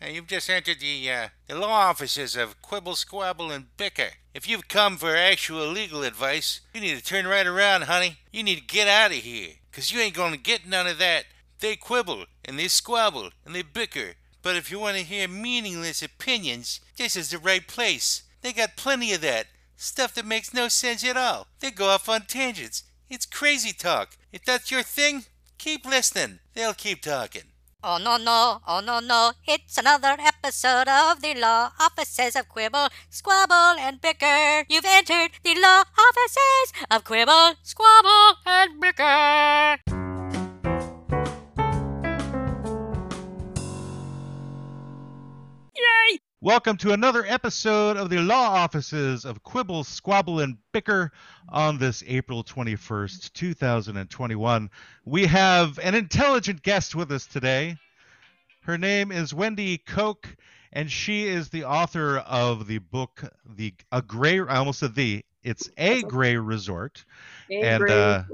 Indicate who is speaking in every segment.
Speaker 1: Uh, you've just entered the, uh, the law offices of Quibble, Squabble, and Bicker. If you've come for actual legal advice, you need to turn right around, honey. You need to get out of here, 'cause you ain't going to get none of that. They quibble, and they squabble, and they bicker. But if you want to hear meaningless opinions, this is the right place. They got plenty of that. Stuff that makes no sense at all. They go off on tangents. It's crazy talk. If that's your thing, keep listening. They'll keep talking.
Speaker 2: Oh no no, oh no no, it's another episode of the Law Offices of Quibble, Squabble, and Bicker. You've entered the Law Offices of Quibble, Squabble, and Bicker.
Speaker 3: Welcome to another episode of the Law Offices of Quibble, Squabble, and Bicker on this April 21st, 2021. We have an intelligent guest with us today. Her name is Wendy Koch, and she is the author of the book, The A Gray, I almost said the, it's A Gray Resort. And, uh,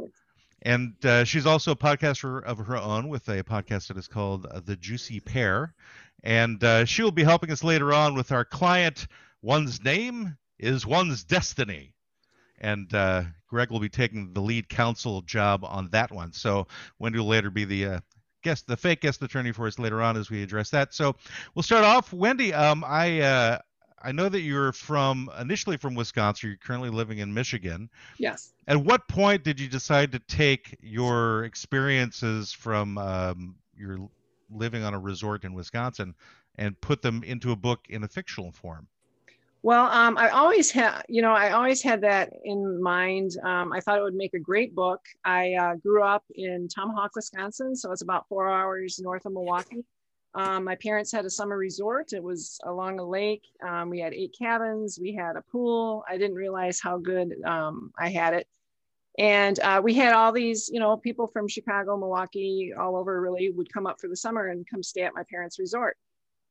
Speaker 3: And uh, she's also a podcaster of her own with a podcast that is called uh, The Juicy Pear. And uh, she will be helping us later on with our client. One's name is one's destiny. And uh, Greg will be taking the lead counsel job on that one. So Wendy will later be the uh, guest, the fake guest attorney for us later on as we address that. So we'll start off, Wendy. Um, I uh, I know that you're from initially from Wisconsin. You're currently living in Michigan.
Speaker 4: Yes.
Speaker 3: At what point did you decide to take your experiences from um, your l- living on a resort in Wisconsin and put them into a book in a fictional form?
Speaker 4: Well, um, I always had, you know, I always had that in mind. Um, I thought it would make a great book. I uh, grew up in Tomahawk, Wisconsin, so it's about four hours north of Milwaukee. Um, my parents had a summer resort. It was along a lake. Um, we had eight cabins. We had a pool. I didn't realize how good um, I had it. And uh, we had all these, you know, people from Chicago, Milwaukee, all over really would come up for the summer and come stay at my parents' resort.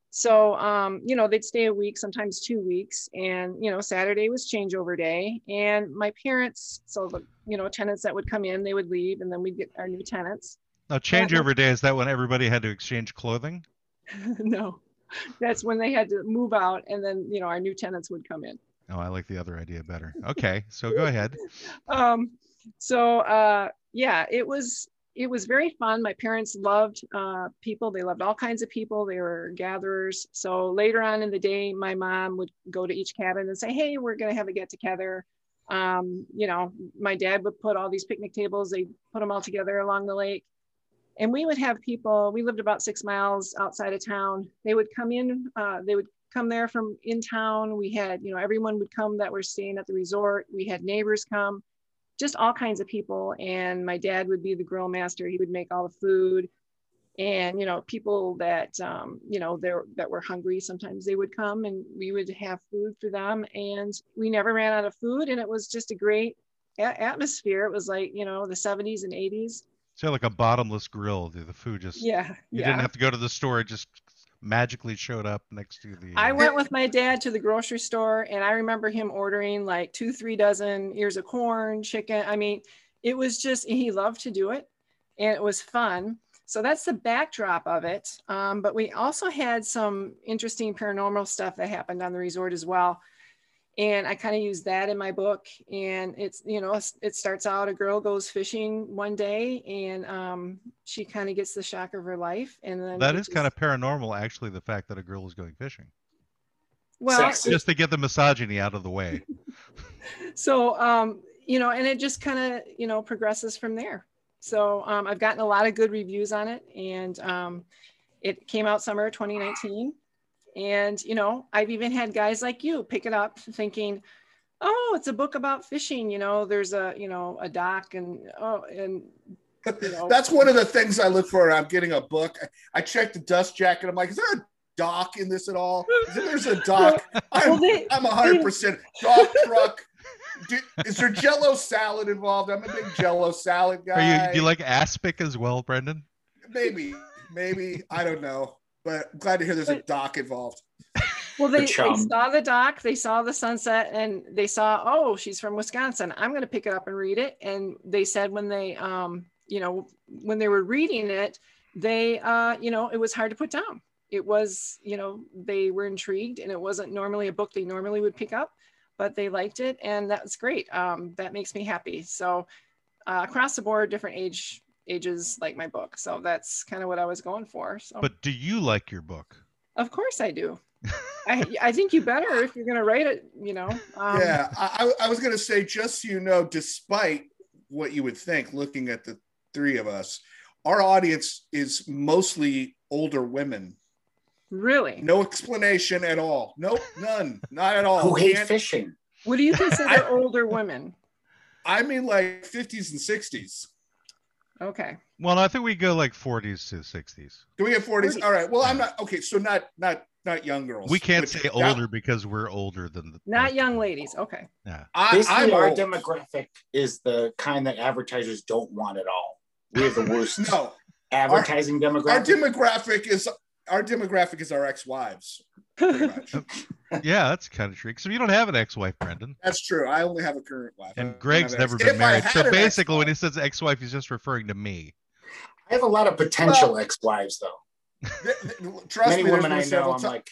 Speaker 4: So, um, you know, they'd stay a week, sometimes two weeks. And, you know, Saturday was changeover day. And my parents, so the, you know, tenants that would come in, they would leave and then we'd get our new tenants.
Speaker 3: Now, changeover day is that when everybody had to exchange clothing?
Speaker 4: no, that's when they had to move out and then, you know, our new tenants would come in.
Speaker 3: Oh, I like the other idea better. Okay, so go ahead.
Speaker 4: um so uh yeah it was it was very fun my parents loved uh people they loved all kinds of people they were gatherers so later on in the day my mom would go to each cabin and say hey we're going to have a get together um you know my dad would put all these picnic tables they put them all together along the lake and we would have people we lived about six miles outside of town they would come in uh, they would come there from in town we had you know everyone would come that were staying at the resort we had neighbors come just all kinds of people and my dad would be the grill master he would make all the food and you know people that um, you know they that were hungry sometimes they would come and we would have food for them and we never ran out of food and it was just a great a- atmosphere it was like you know the 70s and 80s
Speaker 3: So like a bottomless grill, the, the food just
Speaker 4: yeah
Speaker 3: you
Speaker 4: yeah
Speaker 3: didn't have to go to the store; it just magically showed up next to the.
Speaker 4: I
Speaker 3: uh,
Speaker 4: went with my dad to the grocery store and I remember him ordering like two, three dozen ears of corn, chicken. I mean, it was just, he loved to do it and it was fun. So that's the backdrop of it. Um, but we also had some interesting paranormal stuff that happened on the resort as well. And I kind of used that in my book. And it's, you know, it starts out a girl goes fishing one day and um, she kind of gets the shock of her life. And then
Speaker 3: That
Speaker 4: it
Speaker 3: is
Speaker 4: just-
Speaker 3: kind of paranormal, actually. The fact that a girl is going fishing,
Speaker 4: well,
Speaker 5: Sexy.
Speaker 3: just to get the misogyny out of the way.
Speaker 4: so um you know and it just kind of you know progresses from there so um, i've gotten a lot of good reviews on it and um, it came out summer of 2019 and you know i've even had guys like you pick it up thinking oh it's a book about fishing you know there's a you know a dock and oh and you know
Speaker 5: That's one of the things I look for. when I'm getting a book. I, I check the dust jacket. I'm like, is there a dock in this at all? If there's a dock,
Speaker 4: well,
Speaker 5: I'm,
Speaker 4: they,
Speaker 5: I'm 100% dock truck. Do, is there jello salad involved? I'm a big jello salad
Speaker 3: Are
Speaker 5: guy.
Speaker 3: you do you like aspic as well, Brendan?
Speaker 5: maybe, maybe. I don't know. But I'm glad to hear there's a
Speaker 4: But-
Speaker 5: dock involved.
Speaker 4: well they,
Speaker 6: The
Speaker 4: they
Speaker 6: chum.
Speaker 4: saw the dock they saw the sunset and they saw oh she's from wisconsin i'm going to pick it up and read it and they said when they um you know when they were reading it they uh you know it was hard to put down it was, you know, they were intrigued and it wasn't normally a book they normally would pick up, but they liked it and that was great. Um, that makes me happy. So uh, across the board, different age ages like my book. So that's kind of what I was going for. So
Speaker 3: But do you like your book?
Speaker 4: of course I do. I, I think you better if you're going to write it, you know. Um,
Speaker 5: yeah, I, I I was gonna say, just so you know, despite what you would think, looking at the three of us, our audience is mostly older women.
Speaker 4: Really?
Speaker 5: No explanation at all. Nope, none, not at all.
Speaker 6: Who hate
Speaker 5: And-
Speaker 6: fishing?
Speaker 4: What do you consider older women?
Speaker 5: I mean, like fifties and sixties.
Speaker 4: Okay.
Speaker 3: Well, I think we go like 40s to 60s.
Speaker 5: Do we have forties?
Speaker 4: 40s.
Speaker 5: All right. Well, I'm not okay. So not not not young girls.
Speaker 3: We can't
Speaker 5: which-
Speaker 3: say
Speaker 5: that-
Speaker 3: older because we're older than the.
Speaker 4: Not young ladies. Okay.
Speaker 5: I,
Speaker 6: Basically,
Speaker 5: I'm
Speaker 6: our
Speaker 5: old.
Speaker 6: demographic is the kind that advertisers don't want at all. We have the worst
Speaker 5: No,
Speaker 6: advertising
Speaker 5: our
Speaker 6: demographic.
Speaker 5: demographic is our demographic is our ex-wives. Pretty much.
Speaker 3: Yeah, that's kind of true. So you don't have an ex-wife, Brendan.
Speaker 5: That's true. I only have a current wife. I
Speaker 3: And
Speaker 5: don't
Speaker 3: Greg's
Speaker 5: have an
Speaker 3: never
Speaker 5: ex-
Speaker 3: been
Speaker 5: Uh, If I
Speaker 3: married.
Speaker 5: had
Speaker 3: So
Speaker 5: an ex-
Speaker 3: basically, when he says ex-wife, he's just referring to me.
Speaker 6: I have a lot of potential ex-wives, though.
Speaker 5: th- th- trust me, there's
Speaker 6: Many women
Speaker 5: been
Speaker 6: I know,
Speaker 5: several
Speaker 6: I'm
Speaker 5: ti-
Speaker 6: like,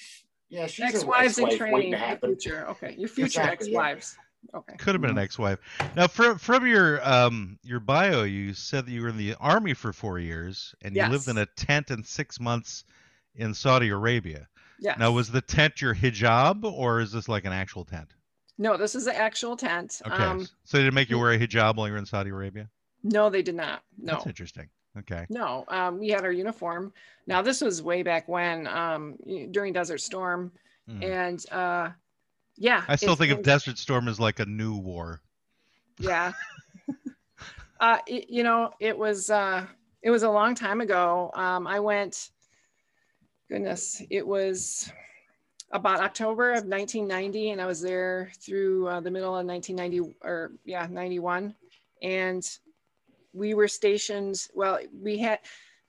Speaker 6: yeah, she's
Speaker 4: Ex
Speaker 6: an
Speaker 4: wives in
Speaker 6: ex-wife waiting
Speaker 4: training.
Speaker 6: to
Speaker 4: your
Speaker 6: happen.
Speaker 4: Future. Okay. Your future ex
Speaker 6: Exactly, yeah.
Speaker 4: wives. Okay.
Speaker 3: Could have been an
Speaker 6: Mhm.
Speaker 3: ex-wife. Now, from from your um your bio, you said that you were in the army for four years and you lived
Speaker 4: Yes.
Speaker 3: in a tent and six months in Saudi Arabia.
Speaker 4: Yeah.
Speaker 3: Now, was the tent your hijab or is this like an actual tent?
Speaker 4: No, this is the actual tent.
Speaker 3: Okay,
Speaker 4: Um,
Speaker 3: so they didn't make you wear a hijab while you were in Saudi Arabia.
Speaker 4: no, they did not. No.
Speaker 3: that's interesting. Okay,
Speaker 4: No, um, we had our uniform. Now this was way back when, um, during Desert Storm,
Speaker 3: Hmm.
Speaker 4: and uh, yeah,
Speaker 3: I still
Speaker 4: it's-
Speaker 3: think of
Speaker 4: it's-
Speaker 3: Desert Storm as like a new war.
Speaker 4: yeah. uh, it, you know, it was uh, it was a long time ago. Um, I went. Goodness, it was about October of 1990, and I was there through uh, the middle of 1990 or yeah, 91, and we were stationed. Well, we had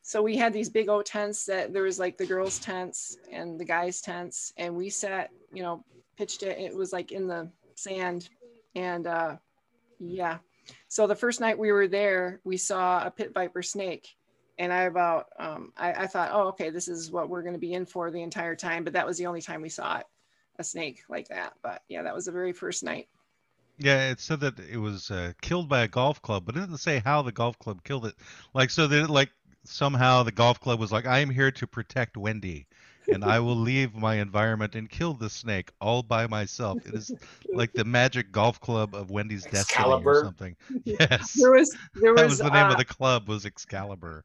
Speaker 4: so we had these big old tents that there was like the girls' tents and the guys' tents, and we sat, you know, pitched it. It was like in the sand, and uh, yeah. So the first night we were there, we saw a pit viper snake. And I about, um, I, I thought, oh, okay, this is what we're going to be in for the entire time. But that was the only time we saw it, a snake like that. But yeah, that was the very first night.
Speaker 3: Yeah, it said that it was uh, killed by a golf club, but it didn't say how the golf club killed it. Like, so that like somehow the golf club was like, "I am here to protect Wendy, and I will leave my environment and kill the snake all by myself." It is like the magic golf club of Wendy's destiny or
Speaker 6: Excalibur.
Speaker 3: something. Yes,
Speaker 4: There was, there
Speaker 3: that
Speaker 4: was,
Speaker 3: was the name
Speaker 4: uh,
Speaker 3: of the club was Excalibur.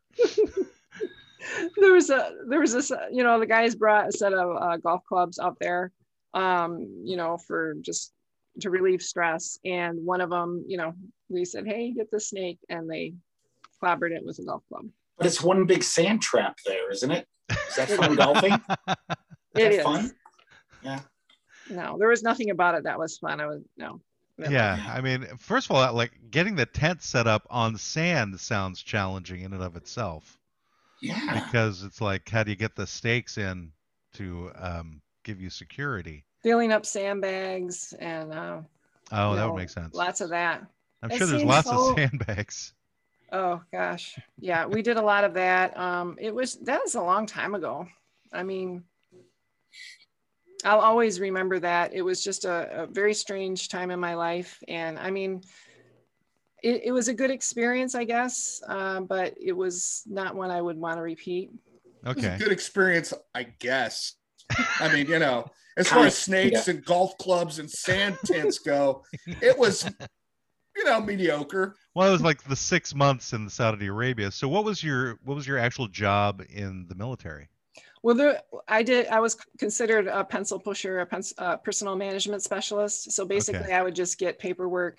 Speaker 4: there was a there was this uh, you know the guys brought a set of uh, golf clubs up there um you know for just to relieve stress and one of them you know we said hey get the snake and they clobbered it with a golf club
Speaker 6: But it's one big sand trap there, isn't it? Is that fun golfing? Is
Speaker 4: It
Speaker 6: that
Speaker 4: is
Speaker 6: fun?
Speaker 4: no there was nothing about it that was fun i was no Whatever.
Speaker 3: Yeah, I mean, first of all, like getting the tent set up on sand sounds challenging in and of itself.
Speaker 6: Yeah.
Speaker 3: because it's like how do you get the stakes in to um, give you security
Speaker 4: filling up sandbags and uh,
Speaker 3: oh
Speaker 4: you
Speaker 3: that
Speaker 4: know,
Speaker 3: would make sense
Speaker 4: lots of that
Speaker 3: i'm
Speaker 4: it
Speaker 3: sure there's
Speaker 4: seems
Speaker 3: lots
Speaker 4: so-
Speaker 3: of sandbags
Speaker 4: Oh gosh, yeah, we did a lot of that. Um, it was that was a long time ago. I mean, I'll always remember that. It was just a, a very strange time in my life, and I mean, it, it was a good experience, I guess, uh, but it was not one I would want to repeat.
Speaker 5: It was a
Speaker 3: okay
Speaker 5: good experience, I guess. I mean, you know, as
Speaker 6: Kind
Speaker 5: far
Speaker 6: of,
Speaker 5: as snakes and golf clubs and sand tents go, it was, you know, mediocre.
Speaker 3: well it was like the six months in saudi arabia so what was your what was your actual job in the military
Speaker 4: Well, there, I did. I was considered a pencil pusher, a pens, uh, personal management specialist. So basically, I would just get paperwork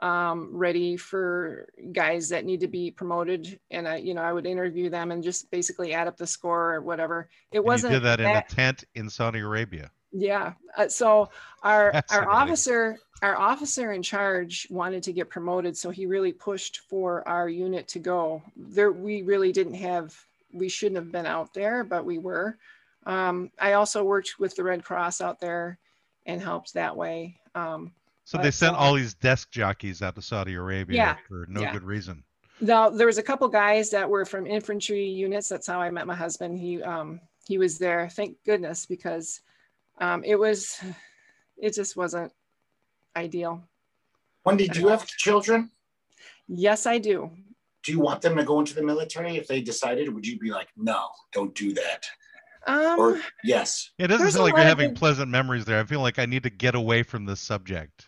Speaker 4: um, ready for guys that need to be promoted, and I, you know, I would interview them and just basically add up the score or whatever. It
Speaker 3: And you
Speaker 4: wasn't
Speaker 3: did that in a
Speaker 4: that-
Speaker 3: tent in saudi arabia
Speaker 4: yeah. Uh, so our our
Speaker 3: Fascinating.
Speaker 4: officer our officer in charge wanted to get promoted, so he really pushed for our unit to go. There we really didn't have we shouldn't have been out there, but we were. Um, I also worked with the Red Cross out there and helped that way. Um,
Speaker 3: so
Speaker 4: But
Speaker 3: they sent
Speaker 4: so-
Speaker 3: all these desk jockeys out to saudi arabia
Speaker 4: Yeah,
Speaker 3: for no
Speaker 4: yeah.
Speaker 3: good reason
Speaker 4: now there was a couple guys that were from infantry units. That's how I met my husband. He um, he was there. Thank goodness because um, it was it just wasn't ideal.
Speaker 6: When did you have children?
Speaker 4: Yes, I do.
Speaker 6: Do you want them to go into the military if they decided? Would you be like, no, don't do that?
Speaker 4: Um,
Speaker 6: Or yes,
Speaker 3: It doesn't
Speaker 4: There's
Speaker 3: sound
Speaker 4: a
Speaker 3: like you're
Speaker 4: lot of
Speaker 3: having
Speaker 4: good-
Speaker 3: pleasant memories there. I feel like I need to get away from this subject.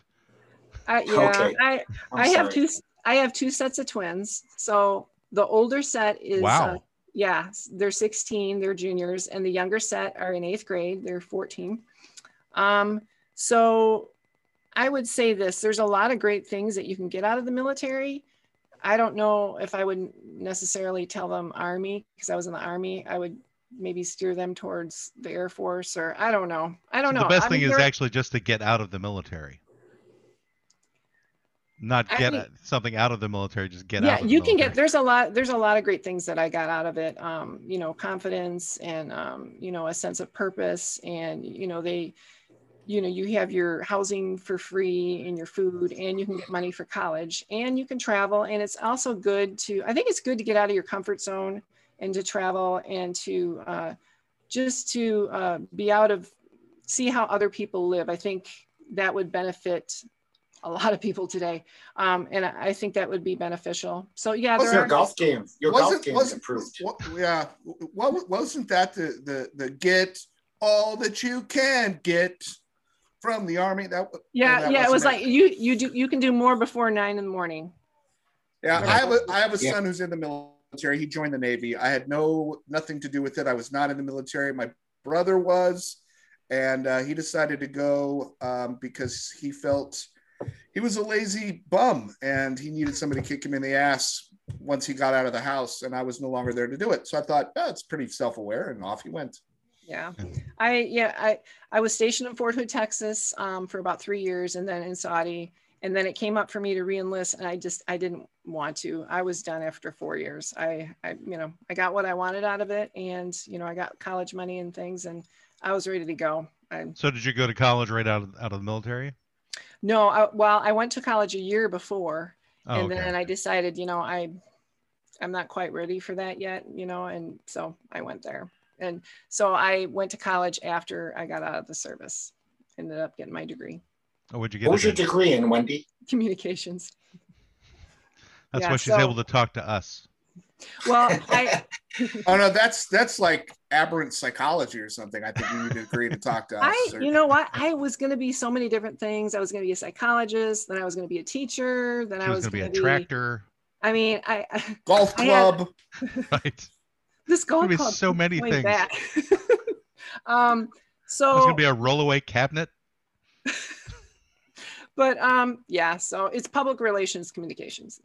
Speaker 4: I, yeah,
Speaker 6: Okay.
Speaker 4: I
Speaker 6: I'm
Speaker 4: I have
Speaker 6: sorry.
Speaker 4: two I have two sets of twins. So the older set is uh,
Speaker 3: wow.
Speaker 4: yeah, s- they're 16, they're juniors, and the younger set are in eighth grade, they're 14. Um, so I would say this there's a lot of great things that you can get out of the military. I don't know if I would necessarily tell them Army because I was in the Army. I would maybe steer them towards the Air Force or I don't know. I don't
Speaker 3: So
Speaker 4: know.
Speaker 3: the best
Speaker 4: I
Speaker 3: thing
Speaker 4: mean,
Speaker 3: is
Speaker 4: there-
Speaker 3: actually just to get out of the military. Not
Speaker 4: I
Speaker 3: get
Speaker 4: mean-
Speaker 3: uh, something out of the military, just get
Speaker 4: yeah
Speaker 3: out of the
Speaker 4: you can get
Speaker 3: military.
Speaker 4: there's a lot there's a lot of great things that i got out of it um you know confidence and um you know a sense of purpose and you know they you know you have your housing for free and your food and you can get money for college and you can travel and it's also good to i think it's good to get out of your comfort zone and to travel and to uh, just to uh, be out of see how other people live i think that would benefit a lot of people today um, and i I think that would be beneficial so yeah
Speaker 5: Was
Speaker 4: there
Speaker 6: your
Speaker 4: are,
Speaker 6: golf game, your golf game is improved.
Speaker 5: What, yeah, what wasn't that the the the get all that you can get from the army? That
Speaker 4: yeah
Speaker 5: that
Speaker 4: yeah it was
Speaker 5: wasn't
Speaker 4: like you you do you can do more before nine in the morning
Speaker 5: yeah. I have a I have a
Speaker 6: Yeah.
Speaker 5: son who's in the military. He joined the navy. I had no nothing to do with it. I was not in the military. My brother was, and uh, he decided to go um, because he felt he was a lazy bum and he needed somebody to kick him in the ass once he got out of the house and i was no longer there to do it so i thought oh, it's pretty self-aware and off he went
Speaker 4: Yeah,
Speaker 3: Yeah.
Speaker 4: I yeah I I was stationed in Fort Hood, Texas, um, for about three years, and then in Saudi, and then it came up for me to reenlist, and I just I didn't want to. I was done after four years. I I you know I got what I wanted out of it, and you know I got college money and things, and I was ready to go. I,
Speaker 3: So did you go to college right out of, out of the military?
Speaker 4: no, I, well I went to college a year before,
Speaker 3: Oh,
Speaker 4: and
Speaker 3: okay.
Speaker 4: then I decided you know I I'm not quite ready for that yet, you know, and so I went there. And so I went to college after I got out of the service, ended up getting my degree,
Speaker 3: Oh, what'd you get?
Speaker 6: What
Speaker 3: it
Speaker 6: was your
Speaker 3: in?
Speaker 6: degree in, Wendy?
Speaker 4: communications.
Speaker 3: That's
Speaker 4: yeah,
Speaker 3: why she's
Speaker 4: so-
Speaker 3: able to talk to us.
Speaker 4: Well, I
Speaker 5: oh no that's that's like aberrant psychology or something i think you need to agree to talk to us
Speaker 4: I
Speaker 5: or-
Speaker 4: you know what? I was going to be so many different things. I was going to be a psychologist, then I was going to be a teacher, then
Speaker 3: She
Speaker 4: I
Speaker 3: was
Speaker 4: was
Speaker 3: going to be a
Speaker 4: gonna
Speaker 3: tractor,
Speaker 4: I mean, I, I
Speaker 5: golf
Speaker 4: I had-
Speaker 5: club
Speaker 3: right?
Speaker 4: this golf
Speaker 3: be
Speaker 4: club
Speaker 3: so
Speaker 4: keeps
Speaker 3: many
Speaker 4: going
Speaker 3: things.
Speaker 4: back. um so
Speaker 3: I was going to be a rollaway cabinet.
Speaker 4: but um yeah, so it's public relations communications.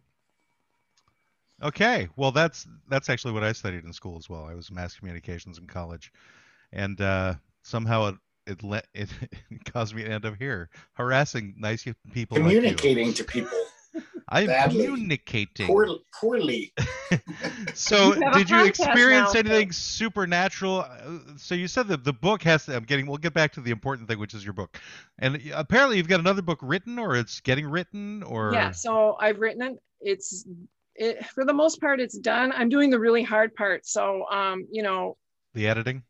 Speaker 3: Okay, well that's that's actually what I studied in school as well. I was mass communications in college, and uh, somehow it it, le- it caused me to end up here harassing nice people. like you.
Speaker 6: Communicating to people
Speaker 3: I'm
Speaker 6: badly.
Speaker 3: communicating.
Speaker 6: poorly. poorly.
Speaker 3: so
Speaker 4: You have a
Speaker 3: did you
Speaker 4: podcast
Speaker 3: experience
Speaker 4: now.
Speaker 3: anything supernatural Uh, so you said that the book has to i'm getting we'll get back to the important thing which is your book and apparently you've got another book written or it's getting written or
Speaker 4: yeah so i've written it it's it for the most part it's done i'm doing the really hard part so um you know
Speaker 3: the editing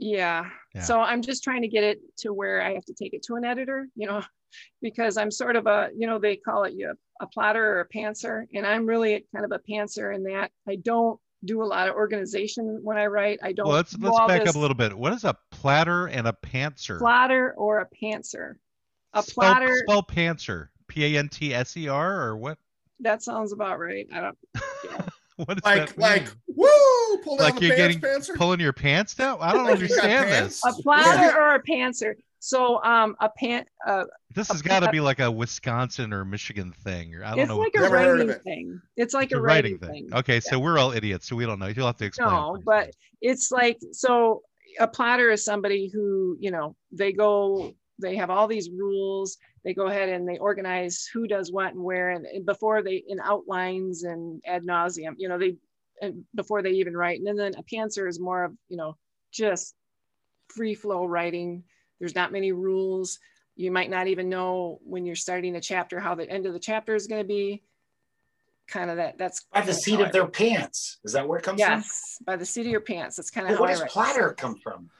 Speaker 4: yeah.
Speaker 3: Yeah.
Speaker 4: so i'm just trying to get it to where i have to take it to an editor you know because i'm sort of a you know they call it you a plotter or a pantser and i'm really kind of a pantser in that i don't do a lot of organization when i write i don't
Speaker 3: well let's
Speaker 4: do
Speaker 3: let's
Speaker 4: all
Speaker 3: back
Speaker 4: this
Speaker 3: up a little bit what is a platter and a pantser
Speaker 4: plotter or a pantser a
Speaker 3: Spell-
Speaker 4: plotter
Speaker 3: spell, pantser p-a-n-t-s-e-r E or what
Speaker 4: that sounds about right i don't
Speaker 3: what is
Speaker 5: like
Speaker 3: that
Speaker 5: like
Speaker 3: mean?
Speaker 5: woo pull down
Speaker 3: Like
Speaker 5: the
Speaker 3: you're
Speaker 5: pants
Speaker 3: getting
Speaker 5: pantser
Speaker 3: pulling your pants down i don't
Speaker 5: Like you got
Speaker 3: understand
Speaker 5: pants?
Speaker 3: this
Speaker 4: a plotter or a pantser so um a pant uh,
Speaker 3: this
Speaker 4: a
Speaker 3: has got to
Speaker 4: pla-
Speaker 3: be like a wisconsin or michigan thing or i don't
Speaker 4: it's
Speaker 3: know
Speaker 4: like
Speaker 3: what
Speaker 4: a
Speaker 5: Never heard of
Speaker 4: writing
Speaker 5: it.
Speaker 4: thing. It's like
Speaker 3: It's
Speaker 4: a writing thing.
Speaker 3: Okay, so we're all idiots, so we don't know. You'll have to explain. it
Speaker 4: No,
Speaker 3: please.
Speaker 4: but it's like so a plotter is somebody who, you know, they go they have all these rules. They go ahead and they organize who does what and where and, and before they in outlines and ad nauseum, you know, they and before they even write. And then a pantser is more of, you know, just free flow writing. There's not many rules. You might not even know when you're starting a chapter how the end of the chapter is going to be. kind of that. That's
Speaker 6: By the seat of their pants. Is that where it comes
Speaker 4: yes, by the seat of your pants. That's kind
Speaker 6: from?
Speaker 4: of
Speaker 6: Well,
Speaker 4: how
Speaker 6: where
Speaker 4: I
Speaker 6: does
Speaker 4: write.
Speaker 6: platter come from?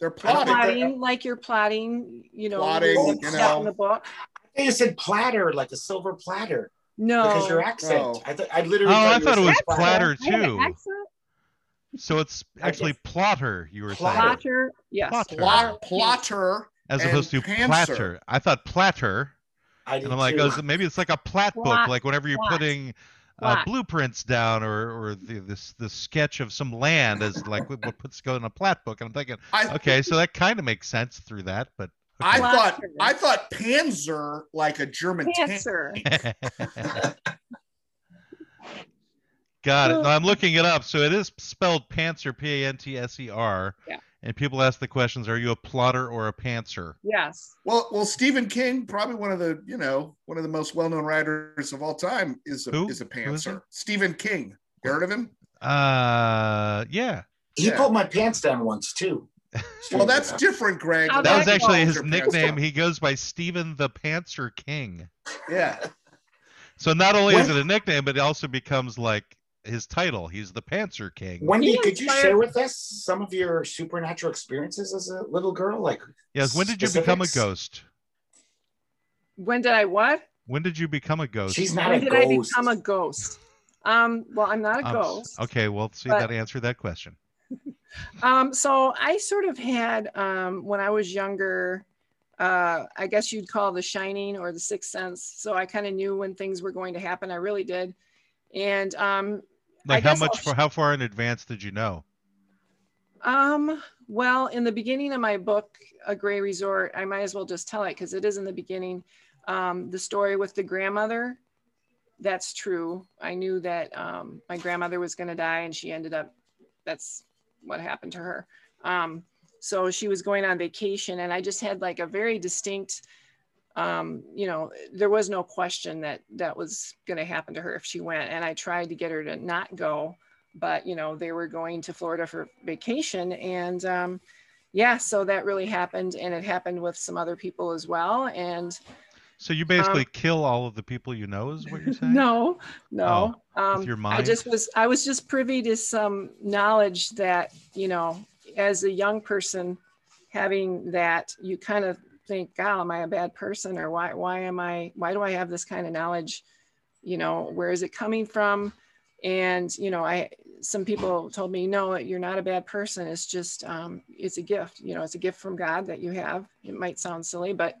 Speaker 5: They're
Speaker 6: I
Speaker 5: plotting.
Speaker 6: think that-
Speaker 4: Plotting like you're plotting, you know,
Speaker 5: Plotting,
Speaker 4: reading
Speaker 6: you
Speaker 4: stuff in
Speaker 5: know.
Speaker 4: the book.
Speaker 6: I think it said platter, like a silver platter, because your
Speaker 4: No,
Speaker 6: accent.
Speaker 5: No.
Speaker 6: I, th- I literally.
Speaker 3: Oh, I
Speaker 6: you
Speaker 3: thought it
Speaker 6: said
Speaker 3: was
Speaker 4: I
Speaker 3: platter.
Speaker 4: have an
Speaker 3: too.
Speaker 4: accent.
Speaker 3: So it's
Speaker 6: I
Speaker 3: actually
Speaker 6: guess.
Speaker 3: plotter. You were
Speaker 6: Platter.
Speaker 3: saying
Speaker 4: Plotter, yes.
Speaker 3: Plotter.
Speaker 5: Plot, plotter.
Speaker 3: as
Speaker 5: and
Speaker 3: opposed to
Speaker 5: pantser.
Speaker 3: platter. I thought platter,
Speaker 6: I did
Speaker 3: and I'm like,
Speaker 6: too.
Speaker 3: oh, is it- maybe it's like a plat book,
Speaker 4: Plot,
Speaker 3: like whenever you're
Speaker 4: plot,
Speaker 3: putting uh,
Speaker 4: plot.
Speaker 3: blueprints down or or the this the sketch of some land as like what what puts go in a plat book. And I'm thinking,
Speaker 5: I,
Speaker 3: okay, so that kind of makes sense through that, but
Speaker 5: I
Speaker 3: okay.
Speaker 5: thought I thought Panzer like a German tank.
Speaker 4: Cancer.
Speaker 3: Got it. No,
Speaker 4: Well-
Speaker 3: I'm looking it up. So it is spelled pantser, P A N T S E R.
Speaker 4: Yeah.
Speaker 3: And people ask the questions: Are you a plotter or a pantser?
Speaker 4: Yes.
Speaker 5: Well, well, Stephen King, probably one of the you know one of the most well known writers of all time, is a,
Speaker 3: Who?
Speaker 5: is a
Speaker 3: Who is
Speaker 5: Panzer. Stephen King. You heard of him?
Speaker 3: Uh, yeah.
Speaker 6: he
Speaker 5: Yeah.
Speaker 6: pulled my pants down once too.
Speaker 5: Well, Oh, that's different, Greg.
Speaker 4: How
Speaker 3: That was
Speaker 4: Basketball
Speaker 3: actually
Speaker 5: Your
Speaker 3: his
Speaker 5: pants
Speaker 3: nickname.
Speaker 5: down.
Speaker 3: He goes by Stephen the Pantser King.
Speaker 5: Yeah,
Speaker 3: So not only is it
Speaker 6: When-
Speaker 3: a nickname, but it also becomes like his title. He's the Pantser King.
Speaker 6: Wendy,
Speaker 4: He
Speaker 6: could you
Speaker 4: inspired-
Speaker 6: share with us some of your supernatural experiences as a little girl? Like,
Speaker 3: yes. When did you become a
Speaker 6: specifics?
Speaker 3: ghost?
Speaker 4: When did I what?
Speaker 3: When did you become a ghost?
Speaker 6: she's not
Speaker 4: When
Speaker 6: a
Speaker 4: did I
Speaker 6: ghost.
Speaker 4: become a ghost? Um, well, I'm not a
Speaker 3: Um,
Speaker 4: ghost.
Speaker 3: Okay. Well, see
Speaker 4: but-
Speaker 3: that answered that question.
Speaker 4: Um, so I sort of had um, when I was younger, uh, I guess you'd call the shining or the sixth sense. So I kind of knew when things were going to happen. I really did. And um,
Speaker 3: Like how
Speaker 4: guess I'll
Speaker 3: much?
Speaker 4: sh-
Speaker 3: how far in advance did you know?
Speaker 4: um, well, in the beginning of my book, A Gray Resort, I might as well just tell it because it is in the beginning. Um, the story with the grandmother, that's true. I knew that um, my grandmother was going to die and she ended up, that's what happened to her. Um, so she was going on vacation and I just had like a very distinct, um, you know, there was no question that that was going to happen to her if she went. And I tried to get her to not go, but, you know, they were going to Florida for vacation. And um, yeah, so that really happened. And it happened with some other people as well. And
Speaker 3: So you basically kill all of the people you know is what you're saying?
Speaker 4: Um, No, no. um,
Speaker 3: your
Speaker 4: I
Speaker 3: mind?
Speaker 4: just was I was just privy to some knowledge that you know, as a young person, having that, you kind of think, "God, am I a bad person, or why? Why am I? Why do I have this kind of knowledge? You know, where is it coming from?" And you know, I some people told me, "No, you're not a bad person. It's just um, it's a gift. You know, it's a gift from God that you have." It might sound silly, but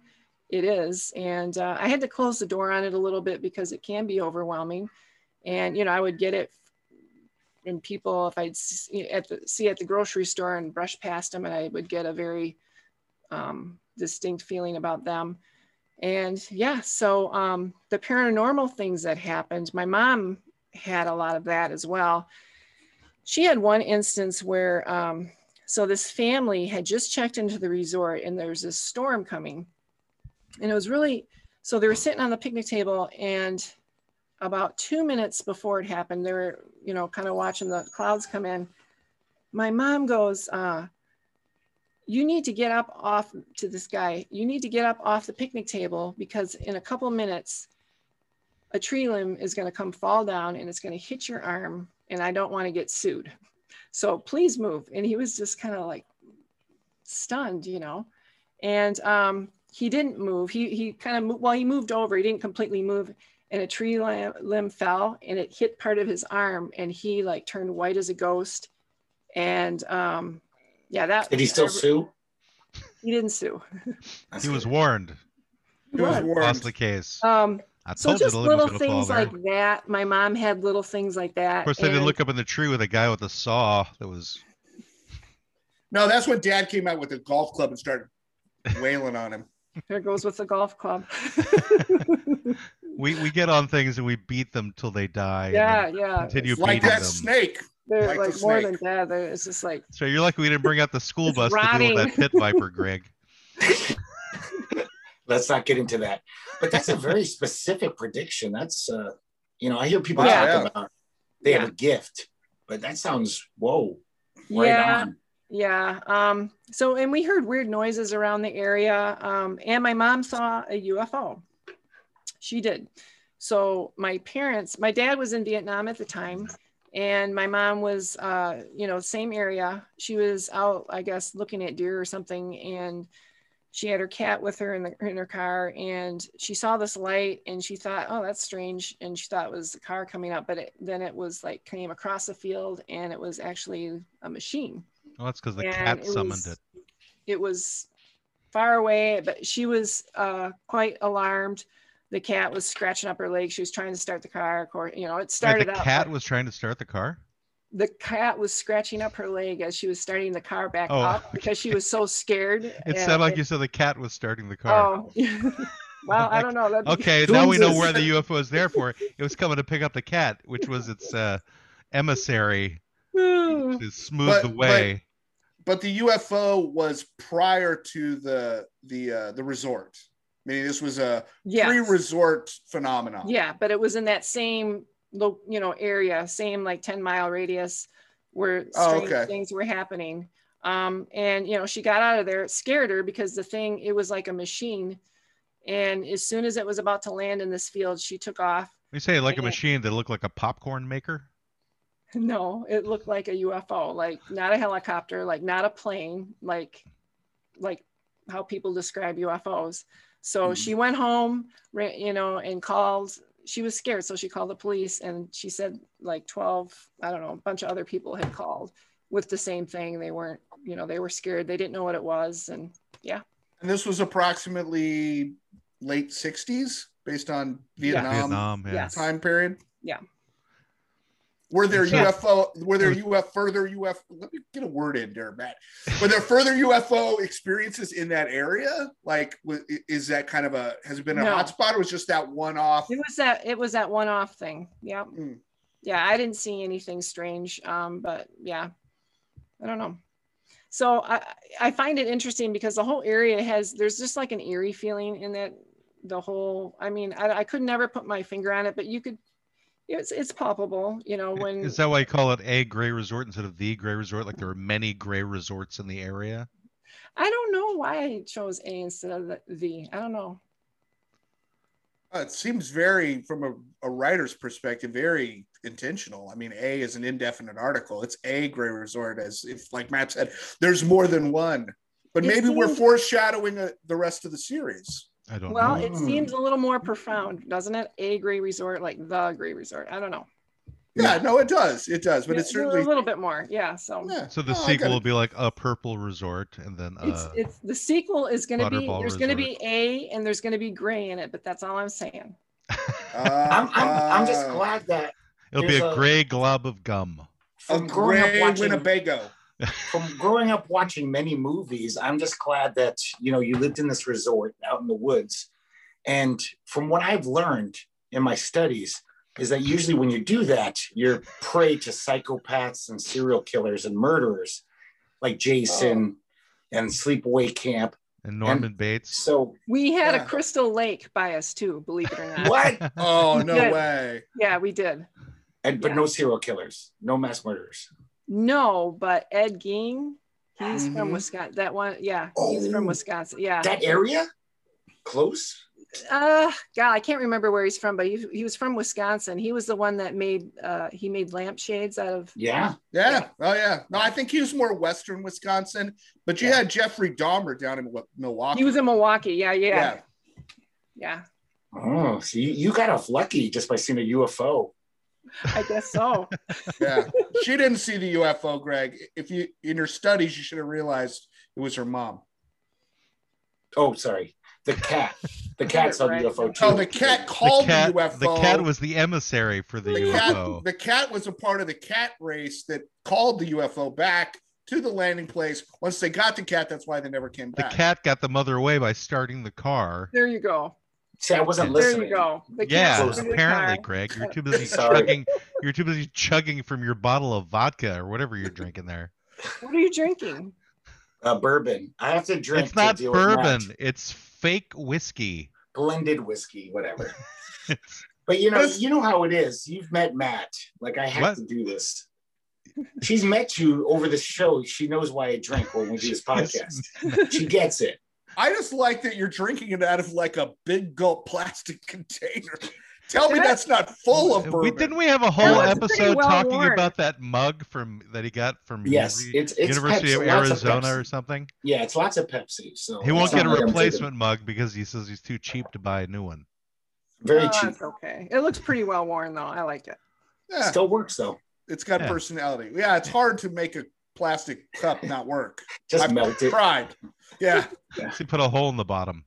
Speaker 4: it is and uh, i had to close the door on it a little bit because it can be overwhelming and you know i would get it from people if i'd see at the, see at the grocery store and brush past them and i would get a very um, distinct feeling about them and yeah so um, the paranormal things that happened my mom had a lot of that as well she had one instance where um, so this family had just checked into the resort and there's this storm coming and it was really so they were sitting on the picnic table and about two minutes before it happened they were you know kind of watching the clouds come in my mom goes uh, you need to get up off to this guy you need to get up off the picnic table because in a couple minutes a tree limb is going to come fall down and it's going to hit your arm and i don't want to get sued so please move and he was just kind of like stunned you know and um, he didn't move. He he kind of moved, well, he moved over. He didn't completely move, and a tree limb, limb fell, and it hit part of his arm, and he like turned white as a ghost, and um, yeah, that
Speaker 6: Did he still sue?
Speaker 4: He didn't sue.
Speaker 3: He was warned.
Speaker 5: it was
Speaker 4: What?
Speaker 5: warm.
Speaker 3: Lost the case.
Speaker 4: Um,
Speaker 3: I
Speaker 4: so
Speaker 3: told you
Speaker 4: just
Speaker 3: the limb was gonna
Speaker 4: little
Speaker 3: fall
Speaker 4: things
Speaker 3: there.
Speaker 4: like that. My mom had little things like that.
Speaker 3: Of course, they didn't
Speaker 4: and-
Speaker 3: look up in the tree with a guy with a saw that was.
Speaker 5: No, that's when Dad came out with a golf club and started wailing on him.
Speaker 4: There goes with the golf club.
Speaker 3: We we get on things and we beat them till they die. and
Speaker 4: yeah,
Speaker 3: then
Speaker 4: yeah.
Speaker 3: Continue
Speaker 5: like
Speaker 3: beating
Speaker 5: that
Speaker 3: them.
Speaker 5: snake.
Speaker 4: They're
Speaker 5: like
Speaker 4: like,
Speaker 5: the
Speaker 4: more than
Speaker 5: snake.
Speaker 4: that. They're- It's just like
Speaker 3: So you're lucky we didn't bring out the school
Speaker 4: It's
Speaker 3: bus to deal with that
Speaker 4: rotting.
Speaker 3: pit viper, Greg.
Speaker 6: Let's not get into that. But that's a very specific prediction. That's uh, you know, I hear people
Speaker 4: Yeah.
Speaker 6: talk about they
Speaker 4: Yeah.
Speaker 6: have a gift, but that sounds whoa, right
Speaker 4: yeah.
Speaker 6: on.
Speaker 4: Yeah. Um, so, and we heard weird noises around the area. Um, and my mom saw a UFO. She did. So my parents, my dad was in Vietnam at the time, and my mom was, uh, you know, same area. She was out, I guess, looking at deer or something, and she had her cat with her in, the, in her car, and she saw this light, and she thought, oh, that's strange, and she thought it was a car coming up, but it, then it was like came across a field, and it was actually a machine.
Speaker 3: Well, that's because the
Speaker 4: And
Speaker 3: cat
Speaker 4: it
Speaker 3: summoned
Speaker 4: was-
Speaker 3: it.
Speaker 4: It was far away, but she was uh, quite alarmed. The cat was scratching up her leg. She was trying to start the car. Of course, you know, it
Speaker 3: Wait,
Speaker 4: started
Speaker 3: the
Speaker 4: up.
Speaker 3: cat
Speaker 4: but
Speaker 3: was trying to start the car.
Speaker 4: the cat was scratching up her leg as she was starting the car back
Speaker 3: Oh,
Speaker 4: up because she was so scared.
Speaker 3: It
Speaker 4: and
Speaker 3: sounded like
Speaker 4: it-
Speaker 3: you said the cat was starting the car.
Speaker 4: Oh, well, I don't know. That'd be-
Speaker 3: Okay, now we know
Speaker 6: Doing
Speaker 3: where
Speaker 6: this.
Speaker 3: the UFO is there for. It was coming to pick up the cat, which was its uh, emissary
Speaker 4: Hmm.
Speaker 3: to smooth
Speaker 5: But-
Speaker 3: the
Speaker 5: but-
Speaker 3: way.
Speaker 5: But the UFO was prior to the the uh, the resort. Meaning this was a
Speaker 4: yeah,
Speaker 5: pre-resort phenomenon.
Speaker 4: yeah, but it was in that same lo- you know area, same like ten mile radius where strange
Speaker 5: Oh, okay.
Speaker 4: things were happening. Um, and you know she got out of there. It scared her because the thing it was like a machine, and as soon as it was about to land in this field, she took off.
Speaker 3: We say like a
Speaker 4: and-
Speaker 3: machine that looked like a popcorn maker.
Speaker 4: No, it looked like a UFO, like not a helicopter, like not a plane, like like how people describe UFOs. So
Speaker 5: Mhm.
Speaker 4: she went home, ra- you know, and called. She was scared, so she called the police, and she said like twelve, I don't know, a bunch of other people had called with the same thing. They weren't, you know, they were scared. They didn't know what it was, and
Speaker 5: And this was approximately late 60s based on
Speaker 4: Yeah.
Speaker 5: Vietnam,
Speaker 3: Vietnam, yeah.
Speaker 4: yes.
Speaker 5: time period.
Speaker 4: Yeah.
Speaker 5: Were there
Speaker 4: Yeah.
Speaker 5: UFO were there UFO further UFO let me get a word in there, Matt. Were there further UFO experiences in that area? Like wa- i- is that kind of a has it been a
Speaker 4: No.
Speaker 5: hotspot or was just that one off?
Speaker 4: it was that it was that one-off thing. Yeah,
Speaker 5: Mm.
Speaker 4: yeah, I didn't see anything strange, um, but yeah, I don't know. So I I find it interesting because the whole area has there's just like an eerie feeling in that the whole. I mean, I, I could never put my finger on it, but you could. It's it's palpable, you know. When
Speaker 3: Is that why you call it a gray resort instead of the gray resort? Like there are many gray resorts in the area.
Speaker 4: I don't know why I chose A instead of the V. I don't know.
Speaker 5: Uh, it seems very from a, a writer's perspective, very intentional. I mean, A is an indefinite article. It's a gray resort, as if like Matt said, there's more than one. But
Speaker 4: It
Speaker 5: maybe we're
Speaker 4: seems-
Speaker 5: foreshadowing uh the rest of the series.
Speaker 3: I don't
Speaker 4: Well,
Speaker 3: know.
Speaker 4: it seems a little more profound, doesn't it? A gray resort, like the gray resort. I don't know.
Speaker 5: Yeah, no, it does. It does, but it's
Speaker 4: a
Speaker 5: certainly
Speaker 4: little bit more. Yeah. So
Speaker 5: yeah.
Speaker 3: so the
Speaker 5: No, Oh, I
Speaker 3: sequel
Speaker 5: gotta-
Speaker 3: will be like a purple resort, and then
Speaker 4: it's
Speaker 3: uh,
Speaker 4: it's the sequel is going to be
Speaker 3: Butterball
Speaker 4: there's going to be a and there's going to be gray in it but that's all i'm saying
Speaker 5: Uh,
Speaker 6: I'm, I'm, I'm just
Speaker 5: uh,
Speaker 6: glad that
Speaker 3: it'll be a
Speaker 6: there's a-
Speaker 3: gray glob of gum.
Speaker 5: A
Speaker 6: from growing up
Speaker 5: gray
Speaker 6: watching
Speaker 5: Winnebago.
Speaker 6: from growing up watching many movies, I'm just glad that you know you lived in this resort out in the woods. And from what I've learned in my studies is that usually when you do that, you're prey to psychopaths and serial killers and murderers like Jason
Speaker 4: Oh.
Speaker 6: and Sleepaway Camp.
Speaker 3: And Norman Bates.
Speaker 6: So
Speaker 4: we had
Speaker 5: Yeah.
Speaker 4: a crystal lake by us too believe it or not
Speaker 6: what?
Speaker 5: Oh no
Speaker 4: Good.
Speaker 5: way!
Speaker 4: yeah we did
Speaker 6: And but
Speaker 4: Yeah.
Speaker 6: no serial killers, no mass murderers.
Speaker 4: no but ed gein he's from
Speaker 5: Mhm.
Speaker 4: wisconsin that one yeah he's from
Speaker 6: Mm-hmm. Oh.
Speaker 4: wisconsin yeah
Speaker 6: That area? Close?
Speaker 4: uh god i can't remember where he's from but he, he was from wisconsin he was the one that made uh he made lampshades out of
Speaker 6: Yeah.
Speaker 5: Yeah, oh yeah. No, I think he was more Western Wisconsin, but you
Speaker 4: Yeah.
Speaker 5: had Jeffrey Dahmer down in Wa- Milwaukee.
Speaker 4: he was in milwaukee yeah yeah yeah,
Speaker 5: yeah.
Speaker 6: Oh, so you, you got off lucky just by seeing a UFO.
Speaker 4: i guess so
Speaker 5: yeah. she didn't see the UFO, Greg. If you in your studies, you should have realized it was her mom.
Speaker 6: Oh, sorry. The cat. The cat saw the UFO too.
Speaker 5: Oh, the cat called
Speaker 3: the cat,
Speaker 5: the UFO.
Speaker 3: the cat was the emissary for the,
Speaker 5: the
Speaker 3: UFO.
Speaker 5: cat, the cat was a part of the cat race that called the UFO back to the landing place. Once they got the cat, that's why they never came
Speaker 3: The
Speaker 5: back.
Speaker 3: cat got the mother away by starting the car.
Speaker 4: there you go
Speaker 6: See, I wasn't
Speaker 3: There
Speaker 6: listening.
Speaker 4: there you go The cat
Speaker 3: yeah,
Speaker 4: was in the
Speaker 3: apparently,
Speaker 4: car.
Speaker 3: Greg, you're too busy
Speaker 6: Sorry.
Speaker 3: chugging. You're too busy chugging from your bottle of vodka or whatever you're drinking there.
Speaker 4: what are you drinking
Speaker 6: Uh, bourbon. I have to drink.
Speaker 3: it's not
Speaker 6: to deal with Matt.
Speaker 3: bourbon. It's fake whiskey.
Speaker 6: Blended whiskey, whatever.
Speaker 3: It's-
Speaker 6: But you know,
Speaker 5: That's-
Speaker 6: you know how it is. You've met Matt. Like I have
Speaker 3: What?
Speaker 6: to do this. She's met you over the show. She knows why I drink when we do this podcast. she gets it.
Speaker 5: I just like that you're drinking it out of like a big gulp plastic container. Tell me
Speaker 4: Can I-
Speaker 5: that's not full of
Speaker 3: we
Speaker 5: bourbon.
Speaker 3: didn't we have a whole
Speaker 4: it's pretty
Speaker 3: episode
Speaker 4: well
Speaker 3: talking
Speaker 4: worn.
Speaker 3: about that mug from that he got from
Speaker 6: Yes,
Speaker 3: Uni-
Speaker 6: it's it's
Speaker 3: University
Speaker 6: Pepsi,
Speaker 3: of
Speaker 6: lots
Speaker 3: Arizona or
Speaker 6: Pepsi.
Speaker 3: something.
Speaker 6: yeah, it's lots of Pepsi. So
Speaker 3: He won't
Speaker 6: it's
Speaker 3: get a
Speaker 6: not like I'm
Speaker 3: replacement mug because he says he's too cheap to buy a new one.
Speaker 6: taking- Very
Speaker 4: Oh,
Speaker 6: cheap.
Speaker 4: that's okay. It looks pretty well worn though. I like it.
Speaker 5: Uh, Yeah,
Speaker 6: Still works though.
Speaker 5: it's got
Speaker 3: Yeah.
Speaker 5: personality. Yeah, it's hard to make a plastic cup not work.
Speaker 6: Just
Speaker 5: I've
Speaker 6: melt it.
Speaker 5: Tried. Yeah,
Speaker 3: He put a hole in the bottom.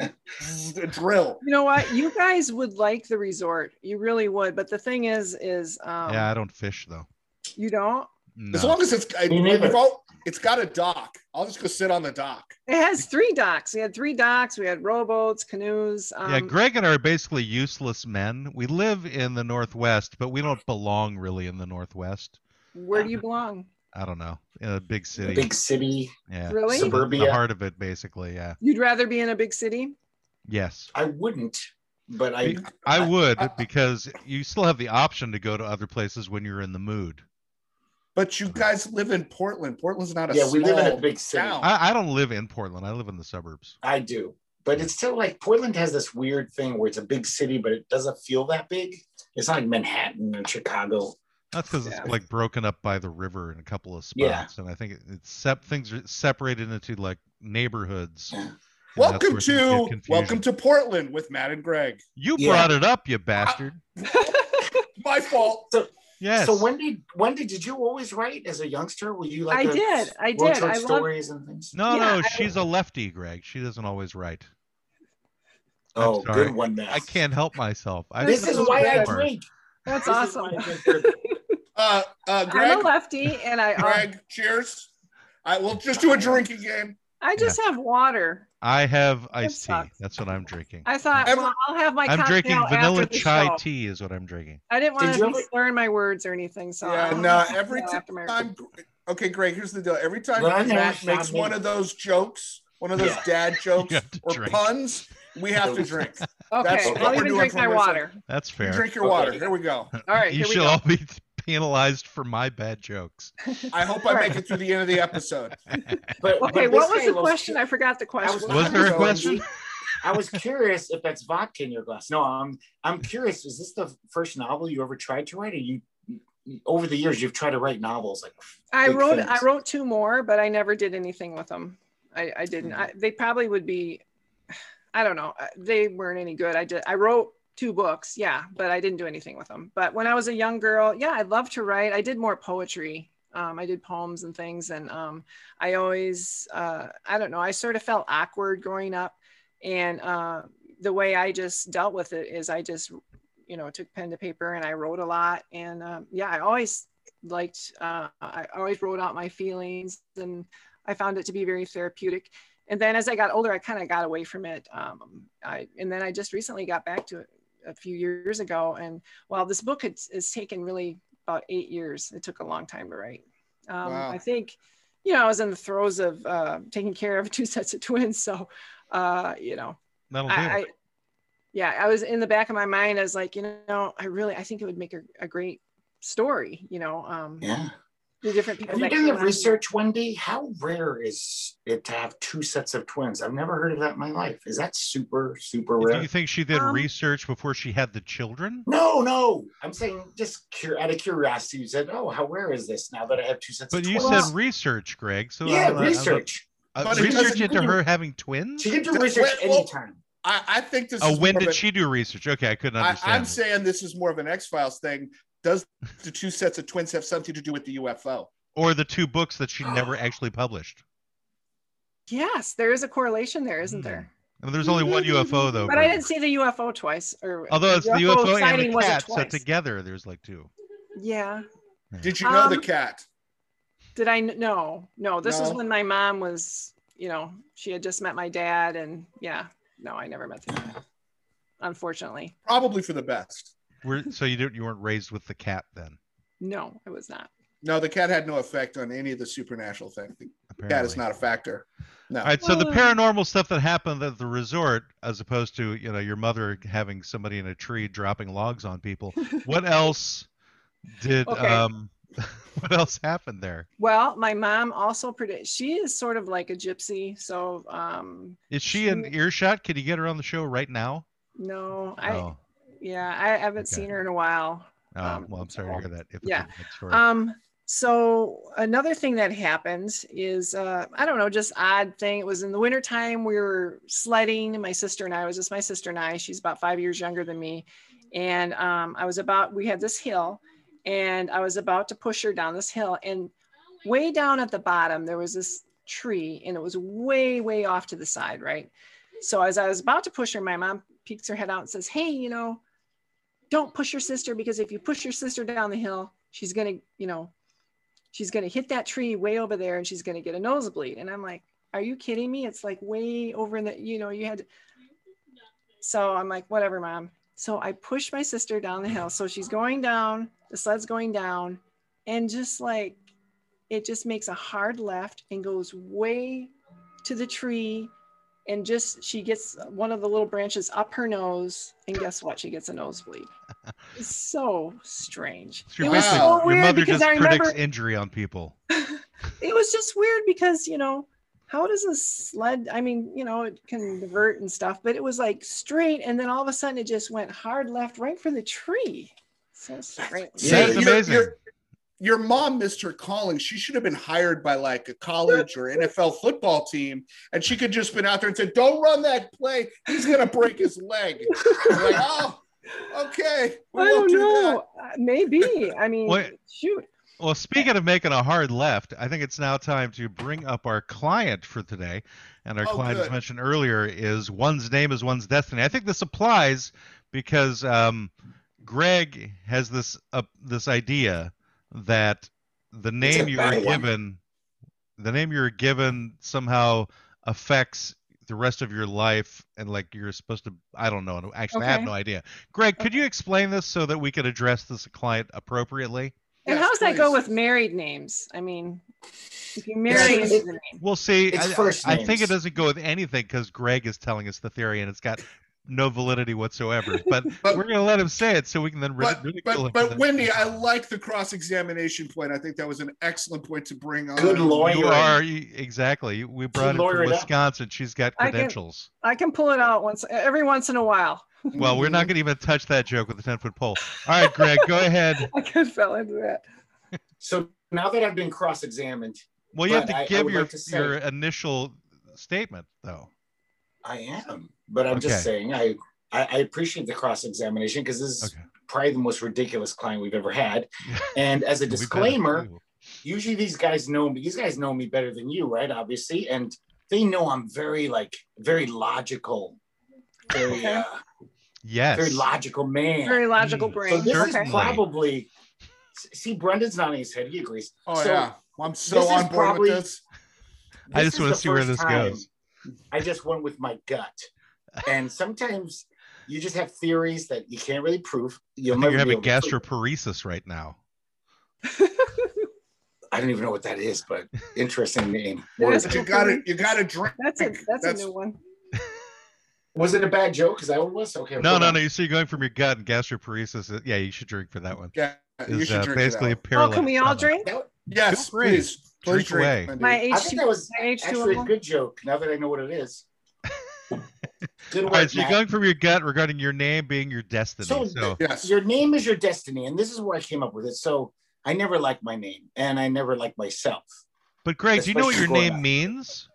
Speaker 5: a drill.
Speaker 4: You know what? You guys would like the resort. You really would. But the thing is, is
Speaker 6: Oh.
Speaker 4: um,
Speaker 3: yeah, I don't fish though.
Speaker 4: you don't.
Speaker 5: As
Speaker 3: No.
Speaker 5: long as it's I,
Speaker 6: Me neither.
Speaker 5: if I'll- it's got a dock. I'll just go sit on the dock.
Speaker 4: It has three docks. We had three docks. We had rowboats, canoes. Um,
Speaker 3: yeah, Greg and I are basically useless men. We live in the Northwest, but we don't belong really in the Northwest.
Speaker 4: Where do you belong?
Speaker 3: I don't know. In a big city.
Speaker 6: Big city.
Speaker 3: yeah.
Speaker 4: Really?
Speaker 3: In the- in The
Speaker 6: Suburbia.
Speaker 3: heart of it, basically. Yeah.
Speaker 4: You'd rather be in a big city?
Speaker 3: Yes.
Speaker 6: I wouldn't, but I
Speaker 3: Be- I would
Speaker 5: I-
Speaker 3: because you still have the option to go to other places when you're in the mood.
Speaker 5: But
Speaker 3: Mm-hmm.
Speaker 5: you guys live in Portland. Portland's not a
Speaker 6: Yeah, we live in a
Speaker 5: small
Speaker 6: big city.
Speaker 5: town.
Speaker 3: I, I don't live in Portland. I live in the suburbs.
Speaker 6: I do. But it's still like Portland has this weird thing where it's a big city, but it doesn't feel that big. It's not like Manhattan or Chicago.
Speaker 3: That's because
Speaker 4: Yeah.
Speaker 3: it's like broken up by the river in a couple of
Speaker 6: Yeah.
Speaker 3: spots, and I think it, it's sep- things are separated into like neighborhoods.
Speaker 6: Yeah.
Speaker 3: and that's
Speaker 5: welcome
Speaker 3: where things get
Speaker 5: to
Speaker 3: confusing.
Speaker 5: welcome to Portland with Matt and Greg.
Speaker 3: You
Speaker 6: Yeah.
Speaker 3: brought it up, you bastard.
Speaker 5: My fault.
Speaker 3: yes.
Speaker 6: So when did when did, did you always write as a youngster? Were you like
Speaker 4: I
Speaker 6: a-
Speaker 4: did. I
Speaker 6: wrote
Speaker 4: did.
Speaker 6: short
Speaker 4: I love.
Speaker 6: stories and things.
Speaker 3: no,
Speaker 4: Yeah,
Speaker 3: no,
Speaker 4: I-
Speaker 3: she's a lefty, Greg. She doesn't always write. I'm
Speaker 6: oh,
Speaker 3: sorry.
Speaker 6: good one, Matt.
Speaker 3: I can't help myself. I
Speaker 6: This
Speaker 3: just
Speaker 6: is
Speaker 3: go
Speaker 6: why I
Speaker 3: for it.
Speaker 6: drink.
Speaker 4: That's
Speaker 6: This is
Speaker 4: awesome.
Speaker 6: why I drink bourbon.
Speaker 5: Uh, uh,
Speaker 4: I'm
Speaker 5: Greg.
Speaker 4: a lefty, and I um,
Speaker 5: Greg. Cheers. I will just do a drinking game.
Speaker 4: I just have water.
Speaker 3: I have iced tea.
Speaker 4: sucks.
Speaker 3: That's what I'm drinking.
Speaker 4: I thought,
Speaker 5: Ever-
Speaker 4: well, I'll have my
Speaker 3: I'm
Speaker 4: cocktail
Speaker 3: drinking
Speaker 4: after
Speaker 3: vanilla
Speaker 4: the
Speaker 3: chai
Speaker 4: show.
Speaker 3: tea is what I'm drinking.
Speaker 4: I didn't want
Speaker 6: Did
Speaker 4: to
Speaker 6: you
Speaker 4: be
Speaker 6: ever-
Speaker 4: slurring my words or anything, so
Speaker 5: Yeah,
Speaker 4: I'll-
Speaker 5: no, every
Speaker 4: Yeah, after my-
Speaker 5: time. Okay, Greg. Here's the deal. Every time
Speaker 6: Well, I'm gonna
Speaker 5: Matt
Speaker 6: ask
Speaker 5: makes
Speaker 6: Matt
Speaker 5: one
Speaker 6: me.
Speaker 5: of those jokes, one of those
Speaker 6: Yeah.
Speaker 5: dad jokes
Speaker 3: have to
Speaker 5: or
Speaker 3: drink.
Speaker 5: puns, we have to drink. That's
Speaker 4: Okay,
Speaker 6: what
Speaker 4: I'll
Speaker 6: we're
Speaker 4: even
Speaker 5: doing
Speaker 4: drink
Speaker 5: for
Speaker 4: my
Speaker 5: myself.
Speaker 4: water.
Speaker 3: That's
Speaker 5: You
Speaker 3: fair.
Speaker 5: drink your
Speaker 6: Okay.
Speaker 5: water. Here we go.
Speaker 4: All right,
Speaker 3: you
Speaker 4: here we
Speaker 3: should
Speaker 4: go.
Speaker 3: all be penalized for my bad jokes.
Speaker 5: I hope I make it through the end of the episode.
Speaker 6: But,
Speaker 4: Okay,
Speaker 6: but
Speaker 4: what
Speaker 6: this
Speaker 4: was
Speaker 6: guy
Speaker 4: the question? I forgot the
Speaker 6: I
Speaker 4: question.
Speaker 3: Was there a
Speaker 6: so
Speaker 3: question?
Speaker 6: I was curious if that's vodka in your glass. No, I'm I'm curious. Is this the first novel you ever tried to write, or you over the years you've tried to write novels? Like,
Speaker 4: I
Speaker 6: Big
Speaker 4: wrote I
Speaker 6: things.
Speaker 4: wrote two more, but I never did anything with them. I, I didn't. I, they probably would be. I don't know. I- They weren't any good. I did. I wrote two books, yeah, but I didn't do anything with them. But when I was a young girl, yeah, I loved to write. I did more poetry. Um, I did poems and things, and um, I always, uh, I don't know. I sort of felt awkward growing up, and uh, the way I just dealt with it is I just, you know, took pen to paper and I wrote a lot. And um, yeah, I always liked uh, i always wrote out my feelings and i found it to be very therapeutic and then as i got older i kind of got away from it um, I, and then i just recently got back to it a few years ago and while this book has, has taken really about eight years it took a long time to write um,
Speaker 5: Wow.
Speaker 4: i think you know i was in the throes of uh, taking care of two sets of twins so uh, you know
Speaker 3: That'll do.
Speaker 4: I, I yeah, I was in the back of my mind. I was like, you know, I really, I think it would make a, a great story. You know, um,
Speaker 6: yeah.
Speaker 4: the different people.
Speaker 6: Have you
Speaker 4: that
Speaker 6: done
Speaker 4: came
Speaker 6: the
Speaker 4: on.
Speaker 6: research, Wendy? How rare is it to have two sets of twins? I've never heard of that in my life. Is that super super
Speaker 3: do
Speaker 6: rare?
Speaker 3: you think she did
Speaker 4: Um,
Speaker 3: research before she had the children?
Speaker 6: no, no. I'm saying just cur- out of curiosity. You said, "Oh, how rare is this?" Now that I have two sets.
Speaker 3: But
Speaker 6: of
Speaker 3: you
Speaker 6: twins.
Speaker 3: said research, Greg. So
Speaker 6: yeah,
Speaker 3: I'm not- I'm not-
Speaker 6: research.
Speaker 3: uh,
Speaker 5: But
Speaker 6: it
Speaker 3: research
Speaker 6: doesn't-
Speaker 3: into her having twins.
Speaker 6: She can do
Speaker 5: Well,
Speaker 6: research
Speaker 5: well,
Speaker 6: anytime.
Speaker 5: I, I think this
Speaker 3: Oh,
Speaker 5: is
Speaker 3: when
Speaker 5: more of
Speaker 3: did
Speaker 5: an-
Speaker 3: she do research? Okay, I couldn't
Speaker 5: I,
Speaker 3: understand.
Speaker 5: I'm saying this is more of an X Files thing. Does the two sets of twins have something to do with the UFO?
Speaker 3: or the two books that she never actually published.
Speaker 4: Yes, there is a correlation there, isn't there?
Speaker 3: And Hmm. there's only
Speaker 6: Mm-hmm.
Speaker 3: one UFO though.
Speaker 4: But I
Speaker 3: Greg.
Speaker 4: didn't see the UFO twice. Or
Speaker 3: Although it's the UFO and the
Speaker 4: wasn't
Speaker 3: cat, so
Speaker 4: twice.
Speaker 3: together there's like two.
Speaker 4: yeah.
Speaker 5: Did you know the
Speaker 4: Um,
Speaker 5: cat?
Speaker 4: Did I? kn- No, no. This was
Speaker 5: No.
Speaker 4: when my mom was, you know, she had just met my dad, and yeah, no, I never met the dad, unfortunately.
Speaker 5: Probably for the best.
Speaker 3: Were, so you didn't, you weren't raised with the cat then,
Speaker 4: No, I was not.
Speaker 5: No, the cat had no effect on any of the supernatural thing. The
Speaker 3: apparently.
Speaker 5: cat is not a factor. No.
Speaker 3: All right, so the
Speaker 4: Well-
Speaker 3: paranormal stuff that happened at the resort, as opposed to you know your mother having somebody in a tree dropping logs on people. What else did
Speaker 4: Okay.
Speaker 3: um? What else happened there?
Speaker 4: Well, my mom also predict she is sort of like a gypsy. So um
Speaker 3: Is she in earshot? Can you get her on the show right now?
Speaker 4: no, I
Speaker 3: oh,
Speaker 4: Yeah, I haven't seen her in a while.
Speaker 3: Oh,
Speaker 4: Um,
Speaker 3: well, I'm sorry to hear that. If
Speaker 4: yeah.
Speaker 3: It's a good story.
Speaker 4: Um, so another thing that happens is uh, I don't know, just odd thing. It was in the wintertime, we were sledding. My sister and I it was just my sister and I, she's about five years younger than me. And um, I was about we had this hill and I was about to push her down this hill. And way down at the bottom, there was this tree and it was way, way off to the side, right? So as I was about to push her, my mom peeks her head out and says, Hey, you know, don't push your sister because if you push your sister down the hill, she's gonna, you know, she's gonna hit that tree way over there and she's gonna get a nosebleed. And I'm like, are you kidding me? It's like way over in the, you know, you had. So I'm like, whatever, mom. So I push my sister down the hill. So she's going down, the sled's going down, and just like it just makes a hard left and goes way to the tree. And just she gets one of the little branches up her nose, and guess what? She gets a nosebleed. It's so strange.
Speaker 3: So you're
Speaker 4: it was
Speaker 3: basically-
Speaker 4: so
Speaker 5: Wow.
Speaker 3: your
Speaker 4: weird
Speaker 3: mother
Speaker 4: because
Speaker 3: just
Speaker 4: I
Speaker 3: predicts
Speaker 4: remember
Speaker 3: injury on people.
Speaker 4: it was just weird because you know how does a sled i mean you know it can divert and stuff but it was like straight and then all of a sudden it just went hard left right for the tree so strange
Speaker 5: Yeah,
Speaker 3: That's
Speaker 5: you're-
Speaker 3: amazing.
Speaker 5: you're- Your mom missed her calling. She should have been hired by like a college or NFL football team, and she could just been out there and said, "Don't run that play. He's gonna break his leg." You're like, oh, okay, we
Speaker 4: i
Speaker 5: won't
Speaker 4: don't
Speaker 5: do
Speaker 4: know Uh, maybe i mean
Speaker 3: What-
Speaker 4: shoot
Speaker 3: Well, speaking of making a hard left, I think it's now time to bring up our client for today. And our
Speaker 5: Oh,
Speaker 3: client, as
Speaker 5: good.
Speaker 3: mentioned earlier, is one's name is one's destiny. I think this applies because um, Greg has this uh, this idea that the name you were
Speaker 6: bad one.
Speaker 3: given, the name you were given, somehow affects the rest of your life, and like you're supposed to. I don't know. Actually, I have
Speaker 4: Okay.
Speaker 3: no idea. Greg, could you explain this so that we could address this client appropriately?
Speaker 4: and
Speaker 5: Yes,
Speaker 4: how does that go
Speaker 5: please.
Speaker 4: with married names i mean if you marry
Speaker 6: Yeah,
Speaker 4: into the name
Speaker 3: We'll see.
Speaker 6: It's
Speaker 3: I,
Speaker 6: first
Speaker 3: I think it
Speaker 6: names.
Speaker 3: doesn't go with anything because Greg is telling us the theory and it's got no validity whatsoever. But,
Speaker 5: But-
Speaker 3: we're going to let him say it so we can then rid-
Speaker 5: But,
Speaker 3: ridicule him
Speaker 5: but,
Speaker 3: for
Speaker 5: but
Speaker 3: that.
Speaker 5: Wendy, I like the cross examination point. I think that was an excellent point to bring on.
Speaker 6: Good lawyer.
Speaker 3: you are you- exactly. We brought her
Speaker 6: lawyer
Speaker 3: from
Speaker 6: it up.
Speaker 3: Wisconsin. She's got
Speaker 4: I can-
Speaker 3: credentials.
Speaker 4: i can pull it out once every once in a while
Speaker 3: Well, we're not going to even touch that joke with a ten foot pole. All right, Greg, go ahead.
Speaker 4: i kind of fell into that
Speaker 6: So now that I've been cross-examined,
Speaker 3: Well, you have
Speaker 6: But
Speaker 3: to
Speaker 6: I- I
Speaker 3: give
Speaker 6: would
Speaker 3: your
Speaker 6: like to say-
Speaker 3: your initial statement though.
Speaker 6: I am. But I'm just
Speaker 3: Okay.
Speaker 6: saying, I I, I appreciate the cross-examination because this is
Speaker 3: Okay.
Speaker 6: probably the most ridiculous client we've ever had. And as a
Speaker 3: We've had a
Speaker 6: disclaimer,
Speaker 3: few.
Speaker 6: usually these guys know me. These guys know me better than you, right? Obviously, and they know I'm very like very logical, very uh,
Speaker 3: yes.
Speaker 6: very logical man.
Speaker 4: very logical
Speaker 3: Mm.
Speaker 6: so
Speaker 4: brain
Speaker 6: this is
Speaker 4: okay
Speaker 3: Certainly.
Speaker 6: probably. See, Brendan's nodding his head. He agrees.
Speaker 5: Oh
Speaker 6: So
Speaker 5: yeah, I'm so
Speaker 6: this is
Speaker 5: on board
Speaker 6: probably-
Speaker 5: with this.
Speaker 3: I just
Speaker 6: This is
Speaker 3: wanna
Speaker 6: the
Speaker 3: see where
Speaker 6: first
Speaker 3: this
Speaker 6: time
Speaker 3: goes.
Speaker 6: I just went with my gut. And sometimes you just have theories that you can't really prove.
Speaker 3: I
Speaker 6: You'll
Speaker 3: think
Speaker 6: never
Speaker 3: you're
Speaker 6: be
Speaker 3: having
Speaker 6: able to prove.
Speaker 3: gastroparesis right now.
Speaker 6: I don't even know what that is, but interesting name.
Speaker 4: That is
Speaker 5: But you
Speaker 4: cool.
Speaker 5: got to you got to drink.
Speaker 4: that's a that's a
Speaker 5: That's-
Speaker 4: new one
Speaker 6: Was it a bad joke? Is that what it was? Okay.
Speaker 3: No,
Speaker 6: hold
Speaker 3: no,
Speaker 6: on.
Speaker 3: no. You see, you're going from your gut and gastroparesis. is- Yeah, you should drink for that one.
Speaker 5: Yeah, you
Speaker 3: Is,
Speaker 5: should
Speaker 3: uh,
Speaker 5: drink.
Speaker 3: basically
Speaker 5: Basically,
Speaker 3: a
Speaker 4: oh
Speaker 3: parallel.
Speaker 4: can we all drink
Speaker 6: That-
Speaker 5: yes,
Speaker 3: Feel free.
Speaker 5: please,
Speaker 3: Drink
Speaker 5: please drink.
Speaker 3: away.
Speaker 5: Wendy.
Speaker 4: my
Speaker 6: I think
Speaker 4: h2
Speaker 6: that was
Speaker 4: my
Speaker 6: actually
Speaker 4: h2
Speaker 6: a good joke now that I know what it is. Good
Speaker 3: All
Speaker 6: work,
Speaker 3: right, so you're
Speaker 6: Matt.
Speaker 3: going from your gut regarding your name being your destiny. So,
Speaker 6: So-
Speaker 5: yes,
Speaker 6: your name is your destiny, and this is where I came up with it. So I never liked my name, and I never liked myself.
Speaker 3: but Greg, do you know what your
Speaker 6: Especially
Speaker 3: name
Speaker 6: Gorda.
Speaker 3: means?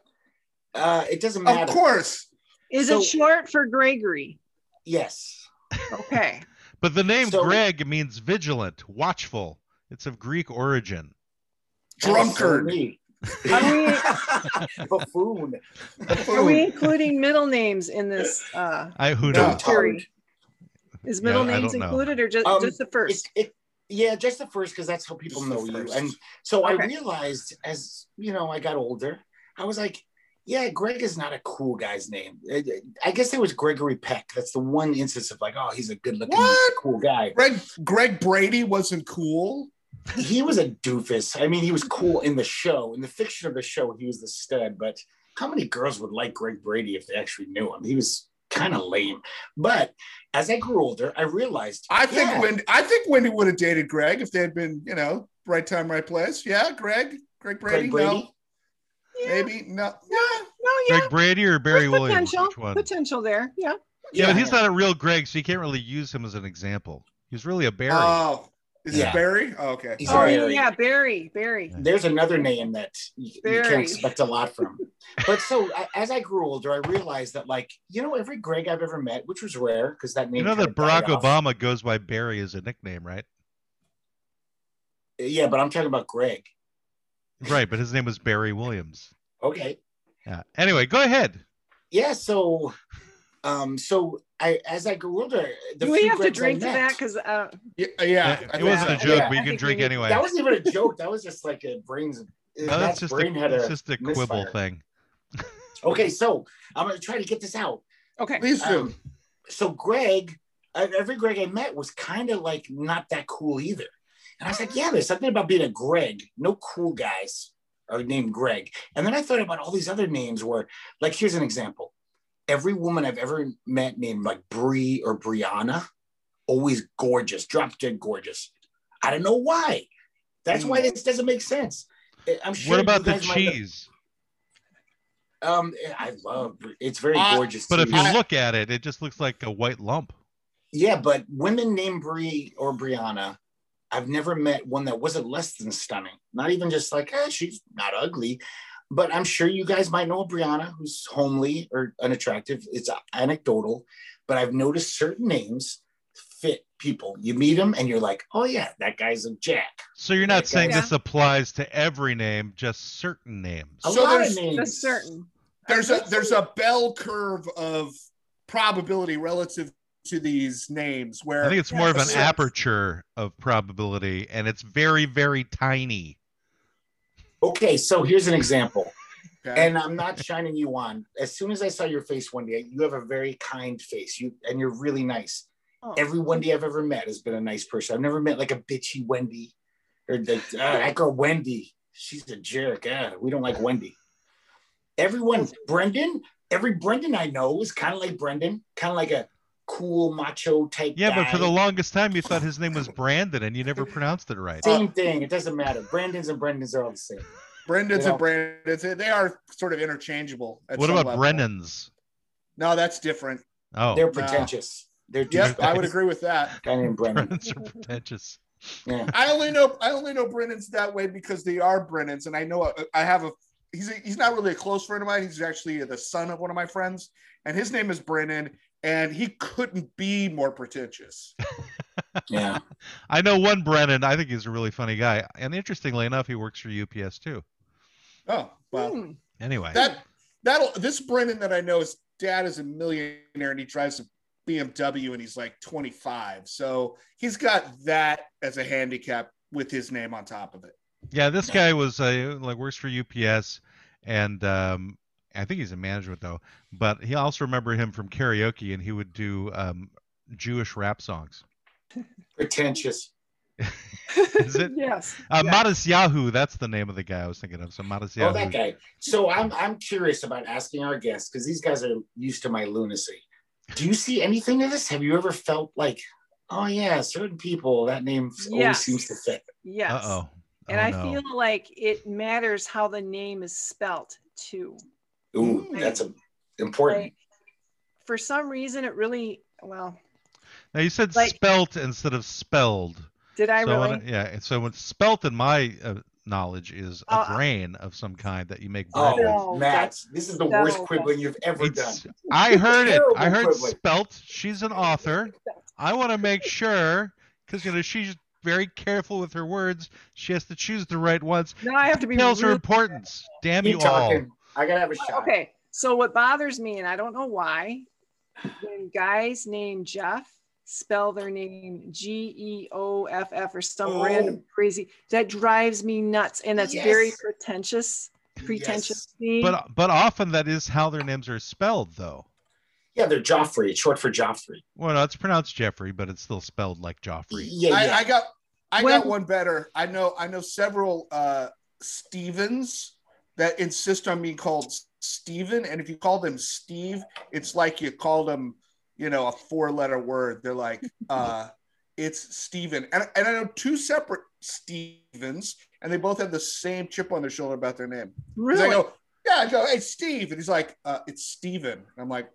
Speaker 6: Uh, it doesn't matter.
Speaker 5: of course.
Speaker 4: Is
Speaker 6: So-
Speaker 4: it short for Gregory?
Speaker 6: Yes.
Speaker 4: Okay.
Speaker 3: But the name
Speaker 6: So-
Speaker 3: Greg means vigilant, watchful. It's of Greek origin.
Speaker 5: Drunkard.
Speaker 6: Are we- Buffoon. Oh.
Speaker 4: Are we including middle names in this uh
Speaker 3: I who
Speaker 5: No.
Speaker 3: knows?
Speaker 4: theory? Is middle
Speaker 3: Yeah, I
Speaker 4: names
Speaker 3: don't know.
Speaker 4: included or just
Speaker 6: Um,
Speaker 4: just the
Speaker 6: It,
Speaker 4: first?
Speaker 6: it, yeah, just the first because that's how people
Speaker 5: Just the
Speaker 6: know you.
Speaker 5: first.
Speaker 6: And so I
Speaker 4: Okay.
Speaker 6: realized as you know, I got older, I was like, yeah, Greg is not a cool guy's name. I- I guess there was Gregory Peck. That's the one instance of like, oh, he's a good looking,
Speaker 5: What?
Speaker 6: cool guy.
Speaker 5: Greg Greg Brady wasn't cool.
Speaker 6: He was a doofus. I mean, he was cool in the show, in the fiction of the show, he was the stud. But how many girls would like Greg Brady if they actually knew him? He was kind of lame. But as I grew older, I realized
Speaker 5: I think
Speaker 6: yeah,
Speaker 5: Wendy. I think Wendy would have dated Greg if they had been, you know, right time, right place. Yeah, Greg. Greg Brady.
Speaker 6: Greg Brady.
Speaker 5: No, maybe no. Yeah.
Speaker 4: No, yeah.
Speaker 3: Greg Brady or Barry
Speaker 4: There's
Speaker 3: Williams?
Speaker 4: potential,
Speaker 3: Which one?
Speaker 4: potential there. Yeah.
Speaker 3: Yeah, but he's not a real Greg, so you can't really use him as an example. He's really a Barry.
Speaker 5: Oh, is
Speaker 6: Yeah.
Speaker 5: it Barry? Oh, okay.
Speaker 6: He's
Speaker 5: All
Speaker 4: Oh
Speaker 5: right.
Speaker 6: Barry.
Speaker 4: yeah, Barry, Barry.
Speaker 6: there's another name that you, you can't
Speaker 4: Very.
Speaker 6: expect a lot from. But so I, as I grew older, I realized that like you know every Greg I've ever met, which was rare because that name.
Speaker 3: you know
Speaker 6: kinda
Speaker 3: that Barack
Speaker 6: died off.
Speaker 3: Obama goes by Barry as a nickname, right?
Speaker 6: Yeah, but I'm talking about Greg.
Speaker 3: Right, but his name was Barry Williams.
Speaker 6: Okay.
Speaker 3: Yeah. Anyway, go ahead.
Speaker 6: Yeah. So, um, so I as I grew older, the
Speaker 4: Do we
Speaker 6: few
Speaker 4: have to
Speaker 6: Gregs I
Speaker 4: drink to
Speaker 6: met-
Speaker 4: that? Because uh,
Speaker 5: Yeah, yeah.
Speaker 3: Yeah,
Speaker 5: I
Speaker 3: it
Speaker 5: think
Speaker 3: wasn't a
Speaker 5: so.
Speaker 3: joke,
Speaker 6: yeah,
Speaker 3: but you
Speaker 4: I
Speaker 3: can
Speaker 4: think
Speaker 3: drink
Speaker 4: we-
Speaker 3: anyway.
Speaker 6: That wasn't even a joke. That was just like a brain's.
Speaker 3: No,
Speaker 6: that
Speaker 3: it's just
Speaker 6: brain had
Speaker 3: a, it's
Speaker 6: a.
Speaker 3: just a
Speaker 6: misfire.
Speaker 3: quibble thing.
Speaker 6: Okay, so I'm gonna try to get this out.
Speaker 4: okay,
Speaker 5: Please do.
Speaker 6: Um, so Greg, uh, every Greg I met was kind of like not that cool either. And I was like, yeah, there's something about being a Greg. No cool guys are named Greg. And then I thought about all these other names where, like, here's an example. Every woman I've ever met named like Bree or Brianna, always gorgeous, drop dead gorgeous. I don't know why. That's why this doesn't make sense. I- I'm sure.
Speaker 3: Mm. what
Speaker 6: you
Speaker 3: about the
Speaker 6: guys might-
Speaker 3: cheese?
Speaker 6: Um, I love. It's very
Speaker 5: Uh,
Speaker 6: gorgeous.
Speaker 3: But if
Speaker 6: cheese.
Speaker 3: you look at it, it just looks like a white lump.
Speaker 6: Yeah, but women named Brie or Brianna, I've never met one that wasn't less than stunning. Not even just like, eh, she's not ugly. But I'm sure you guys might know a Brianna who's homely or unattractive. It's anecdotal, but I've noticed certain names fit people. You meet them and you're like, oh yeah, that guy's a jack.
Speaker 3: So you're not
Speaker 6: Yeah.
Speaker 3: saying this applies to every name, just certain names.
Speaker 6: A
Speaker 5: So
Speaker 6: lot of
Speaker 5: there's-
Speaker 6: names.
Speaker 4: just certain.
Speaker 5: There's a there's a bell curve of probability relative to these names
Speaker 3: I
Speaker 5: where
Speaker 3: think it's more of an
Speaker 5: so-
Speaker 3: aperture of probability, and it's very, very tiny.
Speaker 6: Okay, so here's an example.
Speaker 5: okay.
Speaker 6: and I'm not shining you on. As soon as I saw your face one day, you have a very kind face. You and you're really nice.
Speaker 4: Oh.
Speaker 6: Every Wendy I've ever met has been a nice person. I've never met like a bitchy Wendy or the uh, that girl Wendy. She's a jerk. Ah, we don't like Wendy. Everyone, Brendan, every Brendan I know is kind of like Brendan, kind of like a cool macho type.
Speaker 3: Yeah, but for the
Speaker 6: guy.
Speaker 3: longest time, you thought his name was Brandon, and you never pronounced it right.
Speaker 6: same thing, it doesn't matter. Brandons and Brendans are all the same.
Speaker 5: Brendan's
Speaker 6: Yeah.
Speaker 5: and Brandon's they are sort of interchangeable. at
Speaker 3: What
Speaker 5: some
Speaker 3: about
Speaker 5: level.
Speaker 3: Brennan's?
Speaker 5: No, that's different.
Speaker 3: Oh,
Speaker 6: They're pretentious. They're
Speaker 5: Yep, I would
Speaker 3: Nice.
Speaker 5: agree with that.
Speaker 6: Guy named Brendan.
Speaker 3: Brennan's are pretentious.
Speaker 6: Yeah.
Speaker 5: I only know I only know Brennan's that way because they are Brennan's, and I know uh, I have a he's a, he's not really a close friend of mine. He's actually the son of one of my friends, and his name is Brennan, and he couldn't be more pretentious.
Speaker 6: Yeah.
Speaker 3: I know one Brennan. I think he's a really funny guy, and interestingly enough, he works for UPS too.
Speaker 5: Oh well,
Speaker 4: Hmm.
Speaker 3: Anyway,
Speaker 5: that that'll this Brennan that I know is dad is a millionaire and he drives a BMW and he's like 25, so he's got that as a handicap with his name on top of it.
Speaker 3: yeah, this guy was uh, like works for UPS, and um, I think he's in management though. But he I also remember him from karaoke, and he would do um, Jewish rap songs.
Speaker 6: Pretentious.
Speaker 3: Is it?
Speaker 4: Yes.
Speaker 3: Uh,
Speaker 4: Yeah.
Speaker 3: Modest Yahoo. That's the name of the guy I was thinking of. So Modest
Speaker 6: Oh,
Speaker 3: Yahoo.
Speaker 6: that guy. So I'm I'm curious about asking our guests because these guys are used to my lunacy. Do you see anything of this? Have you ever felt like, oh yeah, certain people that name always
Speaker 4: Yes.
Speaker 6: seems to fit?
Speaker 4: Yes.
Speaker 3: Uh-oh.
Speaker 4: And
Speaker 3: Oh,
Speaker 4: I
Speaker 3: no.
Speaker 4: feel like it matters how the name is spelt too.
Speaker 6: Ooh,
Speaker 4: Mm-hmm.
Speaker 5: Mm.
Speaker 6: that's a, important.
Speaker 4: Like, for some reason, it really well.
Speaker 3: Now you said
Speaker 4: like-
Speaker 3: spelt instead of spelled.
Speaker 4: Did I
Speaker 3: so
Speaker 4: really?
Speaker 3: when- yeah. and So when spelt in my uh, knowledge is a
Speaker 4: Uh,
Speaker 3: grain of some kind that you make bread
Speaker 6: Oh,
Speaker 3: with.
Speaker 4: No,
Speaker 6: Matt, this is the
Speaker 4: no,
Speaker 6: worst
Speaker 4: that's-
Speaker 6: quibbling you've ever done.
Speaker 3: It's, I heard it. I
Speaker 6: Terrible
Speaker 3: heard
Speaker 6: equivalent.
Speaker 3: spelt. She's an author. I want to make sure because you know she's very careful with her words. She has to choose the right ones.
Speaker 4: now I have to be
Speaker 3: Details are
Speaker 4: really-
Speaker 3: importance. Damn
Speaker 6: Keep
Speaker 3: you all.
Speaker 6: talking. I gotta have a shot.
Speaker 4: okay. So what bothers me, and I don't know why, when guys named Jeff spell their name G E O F F or some
Speaker 6: Oh.
Speaker 4: random crazy, that drives me nuts, and that's very
Speaker 6: Yes.
Speaker 4: pretentious.
Speaker 6: Yes.
Speaker 4: Pretentious. thing.
Speaker 3: But but often that is how their names are spelled though.
Speaker 6: Yeah, they're Joffrey. It's short for Joffrey.
Speaker 3: Well, no, it's pronounced Jeffrey, but it's still spelled like Joffrey.
Speaker 6: Yeah,
Speaker 5: I,
Speaker 6: yeah.
Speaker 5: I got I got
Speaker 4: When-
Speaker 5: one better. I know I know several uh Stevens that insist on being called Steven. And if you call them Steve, it's like you called them, you know, a four-letter word. They're like, uh, it's Steven. And, and I know two separate Stevens, and they both have the same chip on their shoulder about their name. 'Cause
Speaker 4: really,
Speaker 5: I go, yeah, I go, hey Steve. And he's like, uh, it's Steven. And I'm like,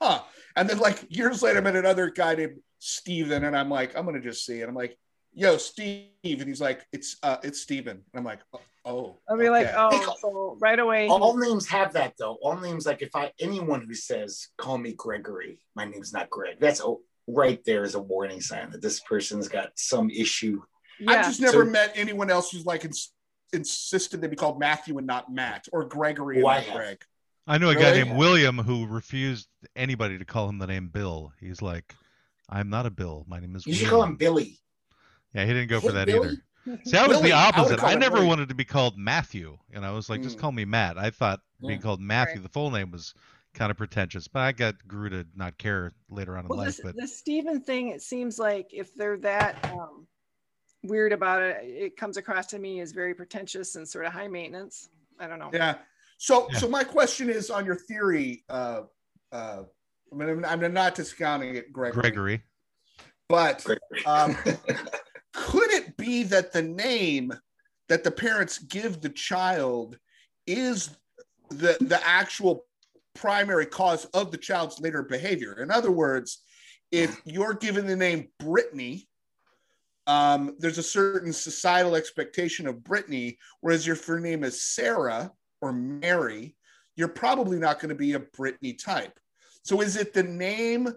Speaker 5: huh. And then like years later, I met another guy named Steven, and I'm like, I'm gonna just see it. I'm like, yo, Steve. And he's like, it's uh it's Steven. And I'm like, oh.
Speaker 4: I'll be like,
Speaker 5: okay.
Speaker 4: oh, so right away.
Speaker 6: All names have that though. All names, like if I anyone who says "call me Gregory," my name's not Greg. That's a, right there is a warning sign that this person's got some issue.
Speaker 5: I've
Speaker 4: yeah.
Speaker 5: just never
Speaker 6: So-
Speaker 5: met anyone else who's like ins- insisted they be called Matthew and not Matt or Gregory and
Speaker 6: Why
Speaker 5: not
Speaker 6: have-
Speaker 5: Greg.
Speaker 3: I know a guy
Speaker 5: Really?
Speaker 3: named William who refused anybody to call him the name Bill. He's like, I'm not a Bill. My name is
Speaker 6: You should
Speaker 3: William.
Speaker 6: call him Billy.
Speaker 3: Yeah, he didn't go for
Speaker 6: Hey,
Speaker 3: that
Speaker 6: Billy.
Speaker 3: either. See, I was
Speaker 5: Billy,
Speaker 3: the
Speaker 5: I would've
Speaker 3: opposite.
Speaker 5: called
Speaker 3: I
Speaker 5: him
Speaker 3: never
Speaker 5: Billy.
Speaker 3: wanted to be called Matthew, and I was like, just
Speaker 5: Mm.
Speaker 3: call me Matt. I thought being
Speaker 6: Yeah.
Speaker 3: called Matthew, the full name, was kind of pretentious, but I got grew to not care later on in
Speaker 4: Well,
Speaker 3: life.
Speaker 4: this,
Speaker 3: But
Speaker 4: the Steven thing, it seems like if they're that um, weird about it, it comes across to me as very pretentious and sort of high maintenance. I don't know.
Speaker 5: Yeah. So
Speaker 3: Yeah.
Speaker 5: so my question is on your theory. Uh, uh, I mean, I'm, I'm not discounting it, Gregory.
Speaker 3: Gregory,
Speaker 5: But
Speaker 6: Gregory.
Speaker 5: um, could it be that the name that the parents give the child is the the actual primary cause of the child's later behavior? In other words, if you're given the name Brittany. Um, there's a certain societal expectation of Brittany, whereas if your name is Sarah or Mary, you're probably not going to be a Brittany type. So is it the name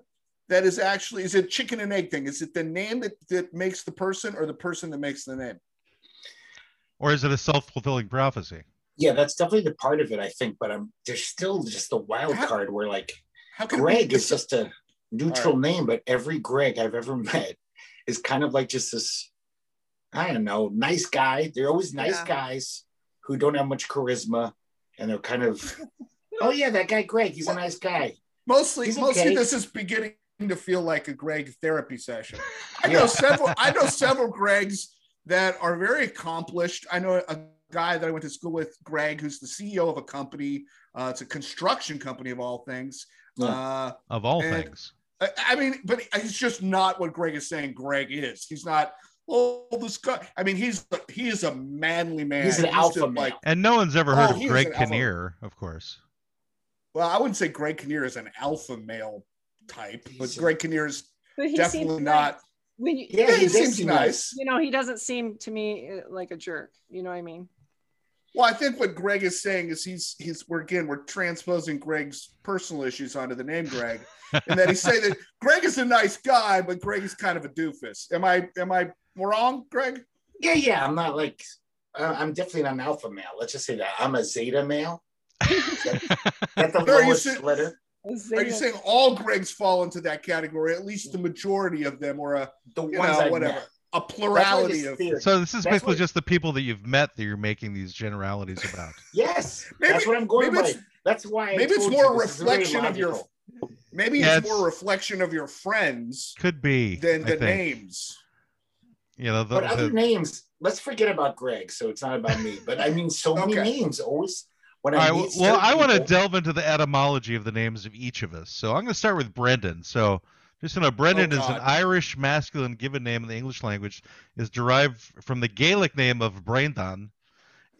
Speaker 5: that is actually is it chicken and egg thing? Is it the name that, that makes the person or the person that makes the name?
Speaker 3: or is it a self fulfilling prophecy?
Speaker 6: yeah, that's definitely the part of it, I think. But I'm there's still just the wild card where like
Speaker 5: How can it
Speaker 6: Greg
Speaker 5: be-
Speaker 6: is just a neutral name, but every Greg I've ever met is kind of like just this, I don't know, nice guy. They're always nice
Speaker 4: Yeah.
Speaker 6: guys who don't have much charisma and they're kind of, oh yeah, that guy Greg, he's a nice guy.
Speaker 5: mostly
Speaker 6: He's
Speaker 5: mostly
Speaker 6: okay.
Speaker 5: this is beginning to feel like a Greg therapy session. I
Speaker 6: Yeah.
Speaker 5: know several I know several Gregs that are very accomplished. I know a guy that I went to school with, Greg, who's the CEO of a company. Uh, it's a construction company of all things.
Speaker 6: Yeah.
Speaker 5: Uh,
Speaker 3: Of all
Speaker 5: And-
Speaker 3: things,
Speaker 5: I, I mean, but it's just not what Greg is saying. Greg is. He's not. Oh, this guy. I mean, he's he is a manly man.
Speaker 6: He's an
Speaker 5: just
Speaker 6: alpha
Speaker 5: Like,
Speaker 6: male.
Speaker 3: and no one's ever
Speaker 5: Oh,
Speaker 3: heard of
Speaker 5: he was
Speaker 3: Greg
Speaker 5: an alpha-
Speaker 3: Kinnear, of course.
Speaker 5: well, I wouldn't say Greg Kinnear is an alpha male type, but
Speaker 6: He's a-
Speaker 5: Greg Kinnear is
Speaker 4: But he
Speaker 5: definitely
Speaker 4: seems
Speaker 5: not.
Speaker 4: Nice. When you,
Speaker 6: Yeah,
Speaker 5: Yeah,
Speaker 6: he
Speaker 5: he
Speaker 6: does
Speaker 5: seems
Speaker 6: seem
Speaker 5: nice.
Speaker 4: you know, he doesn't seem to me uh, like a jerk. You know what I mean?
Speaker 5: Well, I think what Greg is saying is he's he's we're again we're transposing Greg's personal issues onto the name Greg, and that he's saying that Greg is a nice guy, but Greg is kind of a doofus. Am I am I wrong, Greg?
Speaker 6: Yeah, yeah, I'm not like, I- I'm definitely not an alpha male. Let's just say that. I'm a zeta male. That's the
Speaker 5: No, you
Speaker 6: lowest
Speaker 5: should-
Speaker 6: letter.
Speaker 5: Are you saying all Gregs fall into that category? At least the majority of them, or a
Speaker 6: The
Speaker 5: you
Speaker 6: ones
Speaker 5: know,
Speaker 6: I've
Speaker 5: whatever.
Speaker 6: met.
Speaker 5: a
Speaker 6: That's why
Speaker 5: plurality
Speaker 6: this
Speaker 5: of.
Speaker 6: theory-
Speaker 3: So this is
Speaker 6: That's
Speaker 3: basically
Speaker 6: what-
Speaker 3: just the people that you've met that you're making these generalities about.
Speaker 6: Yes,
Speaker 5: Maybe-
Speaker 6: that's what I'm going
Speaker 5: maybe
Speaker 6: by.
Speaker 5: it's-
Speaker 6: That's why. I
Speaker 5: maybe it's
Speaker 6: told
Speaker 5: more
Speaker 6: you
Speaker 5: a
Speaker 6: this is very
Speaker 5: reflection of your-
Speaker 6: logical.
Speaker 5: Maybe
Speaker 3: Yeah,
Speaker 5: it's
Speaker 3: it's-
Speaker 5: more a reflection of your friends
Speaker 3: Could be.
Speaker 5: than
Speaker 3: I
Speaker 5: the
Speaker 3: think.
Speaker 5: names.
Speaker 3: You know, the,
Speaker 6: But other
Speaker 3: the,
Speaker 6: names, let's forget about Greg, so it's not about me. But I mean, so many
Speaker 5: Okay.
Speaker 6: names always. When
Speaker 3: All
Speaker 6: I
Speaker 3: right,
Speaker 6: meet
Speaker 3: well,
Speaker 6: certain
Speaker 3: I want to
Speaker 6: people-
Speaker 3: delve into the etymology of the names of each of us. So I'm going to start with Brendan. So just to know, Brendan is an
Speaker 5: God.
Speaker 3: Irish masculine given name in the English language, is derived from the Gaelic name of Brendan,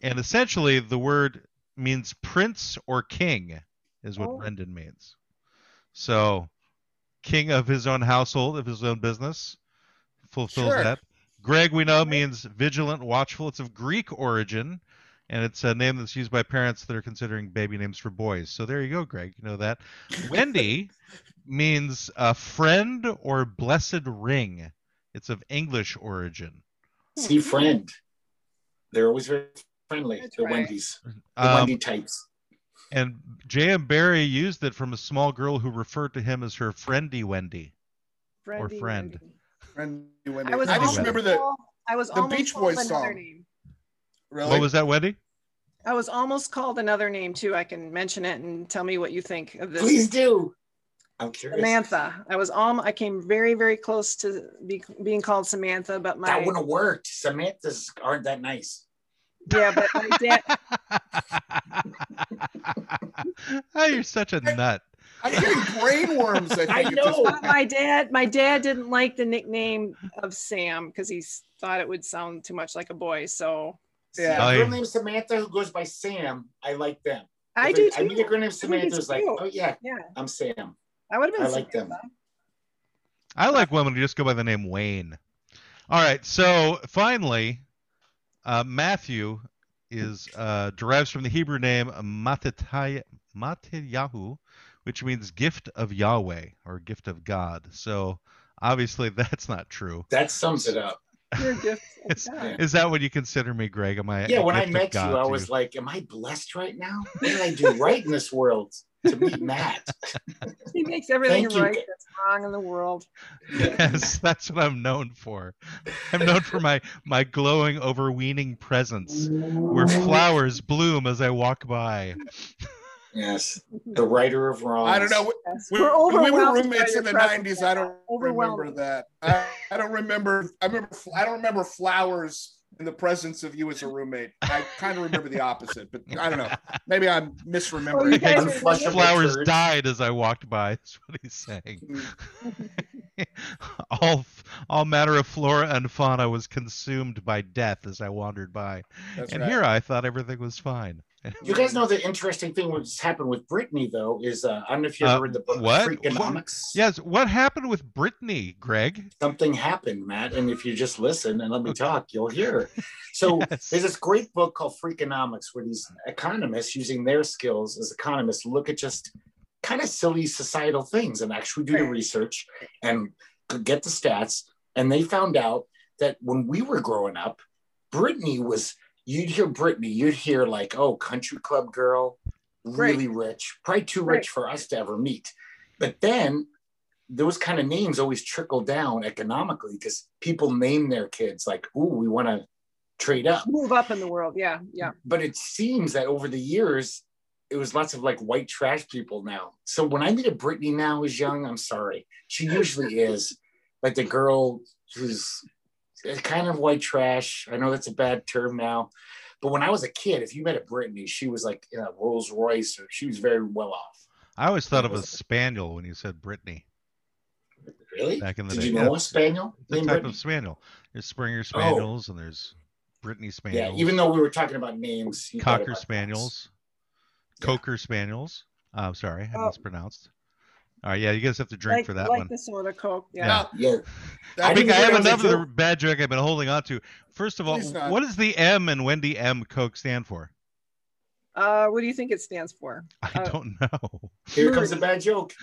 Speaker 3: and essentially the word means prince or king, is what
Speaker 4: Oh.
Speaker 3: Brendan means. So, king of his own household, of his own business, fulfills
Speaker 5: Sure.
Speaker 3: that. Greg, we know, means vigilant, watchful. It's of Greek origin, and it's a name that's used by parents that are considering baby names for boys. So there you go, Greg. You know that. Wendy means a friend or blessed ring. It's of English origin.
Speaker 4: hmm,
Speaker 6: see friend. They're always very friendly.
Speaker 4: That's
Speaker 6: the
Speaker 4: right.
Speaker 6: Wendy's, the
Speaker 3: Um,
Speaker 6: Wendy types.
Speaker 3: and J.M. Barry used it from a small girl who referred to him as her friendy Wendy.
Speaker 4: Friendy
Speaker 3: friend.
Speaker 4: Wendy.
Speaker 5: Friendly
Speaker 4: I
Speaker 5: Wendy. I,
Speaker 4: was.
Speaker 5: just
Speaker 4: almost
Speaker 5: remember the
Speaker 4: called- I was
Speaker 5: the
Speaker 4: almost
Speaker 5: Beach
Speaker 4: called
Speaker 5: Boys
Speaker 4: another
Speaker 5: song.
Speaker 4: name.
Speaker 5: really.
Speaker 3: What was that, Wendy?
Speaker 4: I was almost called another name too. I can mention it and tell me what you think of this.
Speaker 6: Please do. I'm curious.
Speaker 4: Samantha. I was all I came very very close to be, being called Samantha, but my
Speaker 6: that wouldn't have worked. Samanthas aren't that nice.
Speaker 4: yeah, but my dad
Speaker 3: oh, you're such a nut.
Speaker 5: I'm getting brain worms. I, think,
Speaker 6: I
Speaker 5: at this
Speaker 6: know.
Speaker 5: point.
Speaker 4: my dad my dad didn't like the nickname of Sam because he s- thought it would sound too much like a boy. So
Speaker 5: Yeah.
Speaker 6: See, a girl
Speaker 3: I-
Speaker 6: named Samantha who goes by Sam. I like them.
Speaker 4: I
Speaker 6: If
Speaker 4: do
Speaker 6: I mean, a
Speaker 4: too.
Speaker 6: girl named
Speaker 4: I think
Speaker 6: Samantha
Speaker 4: it's
Speaker 6: who's like,
Speaker 4: cute.
Speaker 6: oh yeah,
Speaker 4: Yeah.
Speaker 6: I'm Sam.
Speaker 4: I would have been
Speaker 6: I like them.
Speaker 3: I like women who just go by the name Wayne. All right, so finally, uh, Matthew is uh, derives from the Hebrew name Matitay- Matayahu, which means gift of Yahweh or gift of God. So obviously, that's not true.
Speaker 6: That sums it up.
Speaker 4: You're a gift of
Speaker 3: It's-
Speaker 4: God.
Speaker 3: Is that what you consider me, Greg? Am I?
Speaker 6: yeah,
Speaker 3: a
Speaker 6: when I
Speaker 3: gift of
Speaker 6: met you,
Speaker 3: God
Speaker 6: I
Speaker 3: to
Speaker 6: was like, "Am I blessed right now? What did I do right in this world to meet Matt?"
Speaker 4: He makes everything
Speaker 6: Thank you.
Speaker 4: right that's wrong in the world.
Speaker 3: yes, that's what I'm known for. I'm known for my my glowing, overweening presence, where flowers bloom as I walk by.
Speaker 6: Yes, the writer of wrongs.
Speaker 5: I don't know.
Speaker 4: Yes.
Speaker 5: We,
Speaker 4: We're
Speaker 5: we were
Speaker 4: overwhelmed
Speaker 5: roommates
Speaker 4: by
Speaker 5: in the
Speaker 4: your presence,
Speaker 5: '90s. I don't remember
Speaker 4: Overwhelmed.
Speaker 5: that. I, I don't remember. I remember. I don't remember flowers in the presence of you as a roommate. I kind of remember the opposite, but I don't know. Maybe I'm
Speaker 4: Well, you
Speaker 5: misremembering.
Speaker 4: guys are
Speaker 6: Unflushable
Speaker 3: Flowers
Speaker 6: turds.
Speaker 3: died as I walked by. Is what he's saying. all f- all matter of flora and fauna was consumed by death as I wandered by,
Speaker 5: That's
Speaker 3: and
Speaker 5: right.
Speaker 3: here I thought everything was fine.
Speaker 6: You guys know the interesting thing what's happened with Brittany though is uh, I don't know if you ever
Speaker 3: Uh,
Speaker 6: read the book
Speaker 3: what?
Speaker 6: Freakonomics.
Speaker 3: Yes, what happened with Brittany, Greg?
Speaker 6: something happened, Matt. And if you just listen and let me talk, you'll hear. So
Speaker 3: Yes.
Speaker 6: there's this great book called Freakonomics, where these economists, using their skills as economists, look at just kind of silly societal things and actually do the research and get the stats. And they found out that when we were growing up, Britney was, you'd hear Britney, you'd hear like, oh, country club girl, really rich, probably too
Speaker 4: Right.
Speaker 6: rich for us to ever meet. But then those kind of names always trickle down economically because people name their kids like, ooh, we want to trade up.
Speaker 4: Move up in the world. Yeah, yeah.
Speaker 6: But it seems that over the years, it was lots of like white trash people now. So when I meet a Brittany now who's young, I'm sorry. She usually is like the girl who's eh, kind of white trash. I know that's a bad term now. But when I was a kid, if you met a Brittany, she was like in a Rolls Royce or she was very well off.
Speaker 3: I always thought of a spaniel when you said Brittany
Speaker 6: Really?
Speaker 3: back in the
Speaker 6: Did
Speaker 3: day.
Speaker 6: you
Speaker 3: Yeah.
Speaker 6: know a spaniel
Speaker 3: the
Speaker 6: named
Speaker 3: type
Speaker 6: Brittany? Oh.
Speaker 3: of spaniel. There's Springer spaniels and there's Brittany
Speaker 6: Yeah,
Speaker 3: spaniels.
Speaker 6: even though we were talking about names, you thought
Speaker 3: cocker
Speaker 6: about
Speaker 3: spaniels,
Speaker 6: Yeah.
Speaker 3: cocker spaniels. Oh, I'm sorry, I
Speaker 4: Oh.
Speaker 3: mispronounced. All right, yeah, you guys have to drink
Speaker 4: like,
Speaker 3: for that
Speaker 4: like
Speaker 3: one.
Speaker 4: the soda coke.
Speaker 3: Yeah.
Speaker 4: Yeah.
Speaker 5: No,
Speaker 6: names. Yeah,
Speaker 5: that-
Speaker 3: I think I
Speaker 6: didn't
Speaker 3: have
Speaker 6: realize that
Speaker 3: another
Speaker 6: joke.
Speaker 3: bad joke I've been holding on to. First of all,
Speaker 5: Please not.
Speaker 3: what does the M and Wendy M Coke stand for?
Speaker 4: Uh, what do you think it stands for?
Speaker 3: I
Speaker 4: Uh,
Speaker 3: don't know.
Speaker 6: here comes a bad joke.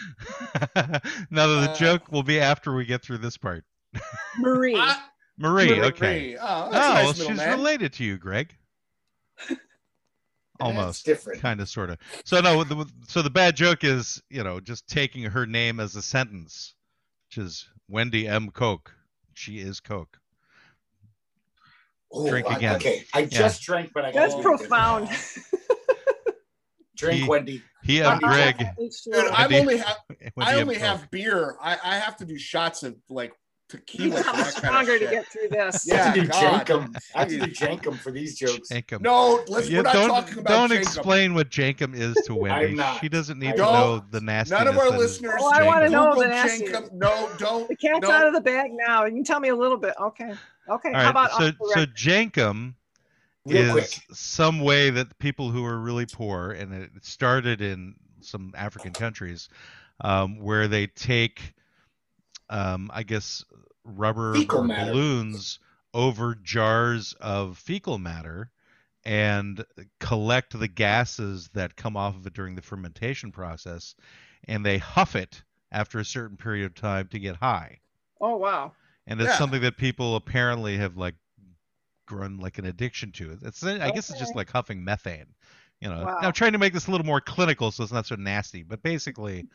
Speaker 3: now the
Speaker 5: Uh,
Speaker 3: joke will be after we get through this part.
Speaker 4: Marie.
Speaker 5: Ah,
Speaker 3: Marie,
Speaker 5: Marie.
Speaker 3: okay.
Speaker 5: Oh,
Speaker 3: Oh,
Speaker 5: that's a nice
Speaker 3: well,
Speaker 5: little
Speaker 3: she's
Speaker 5: man.
Speaker 3: related to you, Greg. Almost.
Speaker 6: That's different.
Speaker 3: kind of sort of so no the, so the bad joke is you know just taking her name as a sentence which is wendy m coke she is coke
Speaker 6: Oh,
Speaker 3: Drink
Speaker 6: I-
Speaker 3: again.
Speaker 6: Okay, I just drank, but I got
Speaker 5: Oh,
Speaker 4: That's
Speaker 6: a little bit.
Speaker 4: profound.
Speaker 6: Drink,
Speaker 3: He-
Speaker 6: Wendy.
Speaker 3: he and
Speaker 6: Uh-uh.
Speaker 3: greg
Speaker 4: H2O.
Speaker 5: Dude,
Speaker 3: I
Speaker 5: I've
Speaker 3: do.
Speaker 5: only ha-
Speaker 3: wendy
Speaker 5: I
Speaker 3: M.
Speaker 5: only
Speaker 3: Coke.
Speaker 5: have beer. I, I have to do shots of like
Speaker 4: You
Speaker 5: tequila.
Speaker 4: come
Speaker 5: and that kind
Speaker 4: stronger
Speaker 5: of
Speaker 4: to
Speaker 5: shit.
Speaker 4: get through this.
Speaker 6: I have to
Speaker 5: Yeah,
Speaker 6: do
Speaker 5: God.
Speaker 6: Jankum. I have to do Jankum for these jokes.
Speaker 3: Jankum.
Speaker 5: No, let's.
Speaker 3: Yeah,
Speaker 5: we're not
Speaker 3: don't
Speaker 5: talking about
Speaker 3: don't
Speaker 5: Jacob.
Speaker 3: explain what jankum is to wendy
Speaker 6: not.
Speaker 3: she doesn't need
Speaker 6: I
Speaker 3: to
Speaker 5: don't.
Speaker 3: know the nastiness
Speaker 5: None of our
Speaker 3: that is
Speaker 5: listeners.
Speaker 4: Oh, I wanna
Speaker 3: Jankum.
Speaker 4: know
Speaker 5: Google
Speaker 4: the nasty.
Speaker 5: Jenkum. No, don't.
Speaker 4: The cat's
Speaker 5: no.
Speaker 4: out of the bag now. You can tell me a little bit. Okay. Okay.
Speaker 3: all
Speaker 4: How
Speaker 3: right
Speaker 4: about
Speaker 3: so
Speaker 4: off the
Speaker 3: so
Speaker 4: record?
Speaker 3: jankum
Speaker 6: Real
Speaker 3: is
Speaker 6: quick.
Speaker 3: some way that people who are really poor, and it started in some African countries, um, where they take, um, I guess, rubber
Speaker 6: Fecal
Speaker 3: or
Speaker 6: matter.
Speaker 3: balloons over jars of fecal matter and collect the gases that come off of it during the fermentation process, and they huff it after a certain period of time to get high
Speaker 4: oh wow.
Speaker 3: and it's
Speaker 5: Yeah.
Speaker 3: something that people apparently have like grown like an addiction to. It's I guess it's just like huffing methane, you know.
Speaker 4: Wow.
Speaker 3: Now trying to make this a little more clinical so it's not so nasty, but basically,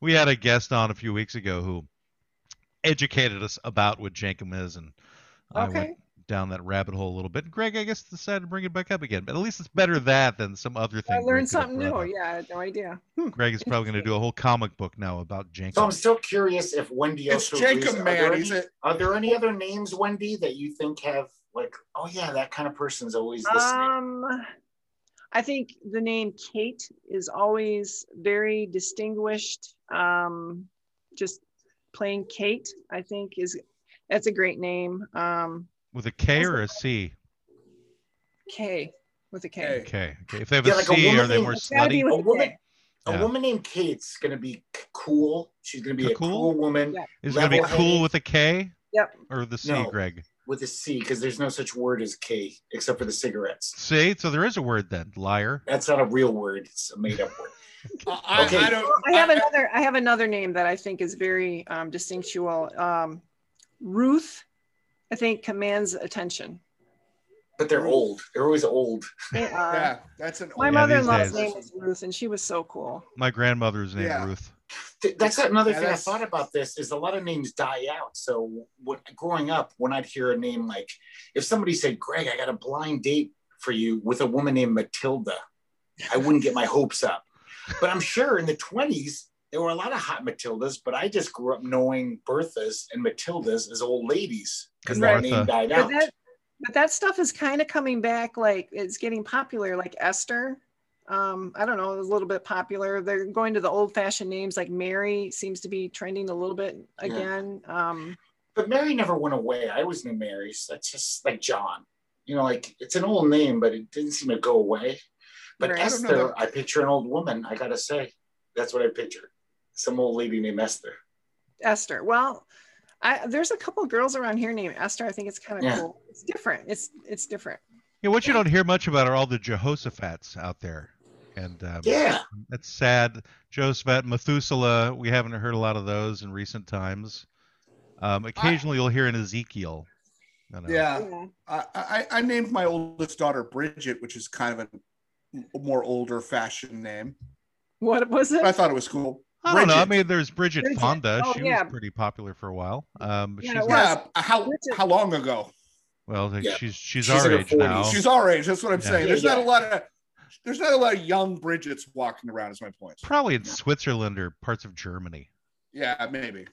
Speaker 3: we had a guest on a few weeks ago who educated us about what jankum is, and I
Speaker 4: Okay.
Speaker 3: went down that rabbit hole a little bit. And Greg, I guess, decided to bring it back up again, but at least it's better that than some other thing.
Speaker 4: I
Speaker 3: Greg
Speaker 4: learned
Speaker 3: could have
Speaker 4: something
Speaker 3: brought
Speaker 4: new.
Speaker 3: up.
Speaker 4: Yeah, Oh, I had no idea. Hmm.
Speaker 3: Greg is probably going to do a whole comic book now about jankum.
Speaker 6: So I'm still curious if Wendy
Speaker 5: It's
Speaker 6: also agrees.
Speaker 5: Jankum,
Speaker 6: Are there
Speaker 5: man.
Speaker 6: any-
Speaker 5: He's a,
Speaker 6: Are there any other names, Wendy, that you think have like, oh yeah, that kind of person's always listening?
Speaker 4: Um, I think the name Kate is always very distinguished. Um, just plain Kate, I think is that's a great name. Um,
Speaker 3: With a K or a C?
Speaker 4: K with a K.
Speaker 5: K.
Speaker 3: Okay. okay. If they have
Speaker 6: Yeah,
Speaker 3: a
Speaker 6: like a
Speaker 3: C,
Speaker 6: woman
Speaker 3: are they
Speaker 6: named-
Speaker 3: more
Speaker 4: It's gotta
Speaker 3: slutty?
Speaker 4: be with
Speaker 6: A woman-
Speaker 4: K.
Speaker 6: a
Speaker 3: Yeah.
Speaker 6: woman named Kate's gonna be cool. She's going to be a
Speaker 3: Cool?
Speaker 6: cool woman
Speaker 4: Yeah.
Speaker 3: Is it gonna be
Speaker 6: Level
Speaker 3: cool
Speaker 6: headed.
Speaker 3: with a K?
Speaker 4: Yep.
Speaker 3: Or the C,
Speaker 6: No.
Speaker 3: Greg?
Speaker 6: with a C because there's no such word as K except for the cigarettes.
Speaker 3: See, so there is a word then. Liar.
Speaker 6: That's not a real word. It's a made up word.
Speaker 1: I,
Speaker 6: Okay.
Speaker 1: I don't.
Speaker 4: I have another. I have another name that I think is very um, distinctual. Um, Ruth, I think, commands attention.
Speaker 6: But they're old. They're always old.
Speaker 4: They are.
Speaker 5: Yeah, that's an
Speaker 4: Uh, My
Speaker 3: Yeah,
Speaker 4: mother-in-law's
Speaker 3: these
Speaker 4: name
Speaker 5: days.
Speaker 4: was Ruth, and she was so cool.
Speaker 3: My grandmother's name
Speaker 5: Yeah.
Speaker 3: Ruth.
Speaker 6: Th- That's another
Speaker 5: Yeah,
Speaker 6: thing I
Speaker 5: that's-
Speaker 6: thought about this is a lot of names die out. So when, growing up, when I'd hear a name like, if somebody said, Greg, I got a blind date for you with a woman named Matilda, I wouldn't get my hopes up. But I'm sure in the 20s, there were a lot of hot Matildas, but I just grew up knowing Berthas and Matildas as old ladies because
Speaker 3: And
Speaker 6: that
Speaker 3: Martha.
Speaker 6: name died
Speaker 4: But
Speaker 6: out.
Speaker 4: that, but that stuff is kind of coming back. Like it's getting popular. Like Esther. Um, I don't know. It's a little bit popular. They're going to the old-fashioned names. Like Mary seems to be trending a little bit
Speaker 6: Yeah.
Speaker 4: again. Um,
Speaker 6: but Mary never went away. I always knew Mary. So that's just like John. You know, like it's an old name, but it didn't seem to go away. But
Speaker 4: Right. I
Speaker 5: don't know
Speaker 6: Esther,
Speaker 5: that-
Speaker 6: I picture an old woman. I gotta say, that's what I picture. Some old lady named Esther.
Speaker 4: Esther. Well, I, there's a couple girls around here named Esther. I think it's kind of
Speaker 6: Yeah.
Speaker 4: cool. It's different. It's it's different.
Speaker 3: Yeah, what you don't hear much about are all the Jehoshaphat's out there, and um,
Speaker 6: Yeah,
Speaker 3: that's sad. Jehoshaphat, Methuselah. We haven't heard a lot of those in recent times. Um, occasionally, you'll hear an Ezekiel. I don't know.
Speaker 5: Yeah,
Speaker 4: Yeah.
Speaker 5: I, I, I named my oldest daughter Bridget, which is kind of a more older fashioned name.
Speaker 4: What was
Speaker 5: But I
Speaker 4: it?
Speaker 5: thought it was cool.
Speaker 3: I don't know. I
Speaker 5: Bridget.
Speaker 3: mean, there's Bridget,
Speaker 4: Bridget.
Speaker 3: Fonda.
Speaker 4: Oh,
Speaker 3: she
Speaker 4: yeah.
Speaker 3: was pretty popular for a while. Um, she's
Speaker 4: Yeah, it
Speaker 3: not,
Speaker 4: was.
Speaker 5: Yeah, how
Speaker 4: Bridget.
Speaker 5: how long ago?
Speaker 3: well, like,
Speaker 6: Yeah.
Speaker 3: she's she's,
Speaker 6: She's
Speaker 3: our
Speaker 6: in her
Speaker 3: age now.
Speaker 6: 40s.
Speaker 5: She's our age. That's what I'm
Speaker 3: Oh. Yeah.
Speaker 5: saying. There's
Speaker 6: Yeah,
Speaker 5: not a
Speaker 6: yeah.
Speaker 5: lot of there's not a lot of young Bridgets walking around. Is my point.
Speaker 3: Probably in Switzerland or parts of Germany.
Speaker 5: Yeah, maybe.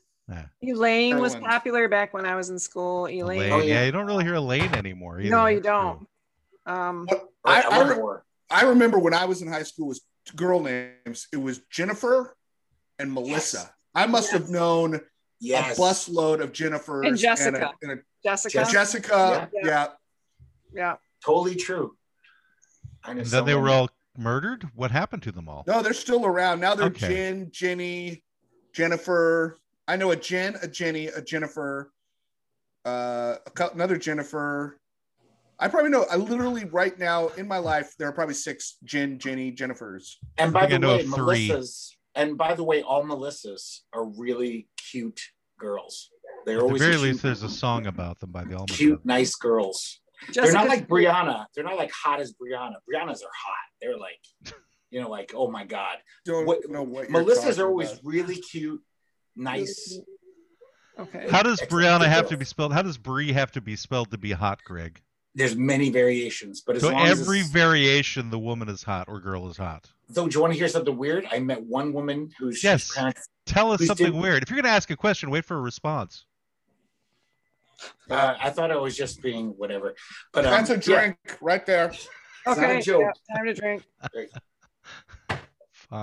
Speaker 4: Elaine was
Speaker 5: Ellen.
Speaker 4: popular back when I was in school. Elaine.
Speaker 3: Elaine.
Speaker 6: Oh,
Speaker 3: yeah.
Speaker 6: yeah.
Speaker 3: you don't really hear Elaine anymore. Either.
Speaker 4: No, you
Speaker 3: That's true.
Speaker 4: don't. Um,
Speaker 5: Oh. What
Speaker 6: or
Speaker 5: I- I re-
Speaker 6: Eleanor.
Speaker 5: I remember when I was in high school it was girl names. It was Jennifer and Melissa.
Speaker 6: Yes.
Speaker 5: I must have known
Speaker 6: yes,
Speaker 5: a busload of Jennifer
Speaker 4: And Jessica.
Speaker 5: and a, and
Speaker 4: Jessica.
Speaker 5: a Jessica.
Speaker 4: Yeah.
Speaker 5: Yeah.
Speaker 4: yeah.
Speaker 6: totally true. I know
Speaker 3: And then they
Speaker 6: someone-
Speaker 3: were all murdered. What happened to them all?
Speaker 5: No, they're still around now. They're
Speaker 3: Okay.
Speaker 5: Jen, Jenny, Jennifer. I know a Jen, a Jenny, a Jennifer, uh, a cou- another Jennifer. I probably know. I literally right now in my life there are probably six Jen, Jenny, Jennifers.
Speaker 6: And
Speaker 3: I
Speaker 6: by the
Speaker 3: think I know
Speaker 6: way,
Speaker 3: of three.
Speaker 6: Melissa's. And by the way, all Melissas are really cute girls. They're
Speaker 3: At the
Speaker 6: always
Speaker 3: very
Speaker 6: cute,
Speaker 3: least, there's a song about them by the Almond.
Speaker 6: cute,
Speaker 3: Brothers.
Speaker 6: nice girls.
Speaker 4: Jessica.
Speaker 6: they're not like Brianna. They're not like hot as Brianna. Briannas are hot. They're like, you know, like oh my god.
Speaker 5: Don't
Speaker 6: What-
Speaker 5: know what you're
Speaker 6: Melissa's
Speaker 5: talking
Speaker 6: are always
Speaker 5: about.
Speaker 6: really cute, nice.
Speaker 4: Okay.
Speaker 3: How does
Speaker 6: Except
Speaker 3: Brianna
Speaker 6: the
Speaker 3: have
Speaker 6: girls.
Speaker 3: to be spelled? How does Brie have to be spelled to be hot, Greg?
Speaker 6: There's many variations, but as
Speaker 3: So
Speaker 6: long
Speaker 3: every
Speaker 6: as
Speaker 3: variation, the woman is hot or girl is hot.
Speaker 6: though, do you want to hear something weird? I met one woman whose
Speaker 3: Yes.
Speaker 6: parents.
Speaker 3: Tell us
Speaker 6: Please
Speaker 3: something
Speaker 6: do.
Speaker 3: weird. If you're going to ask a question, wait for a response.
Speaker 6: Uh, I thought I was just being whatever, but um,
Speaker 5: That's a drink right there.
Speaker 6: not a
Speaker 4: okay.
Speaker 6: joke.
Speaker 4: yeah, time to drink.
Speaker 3: Fine.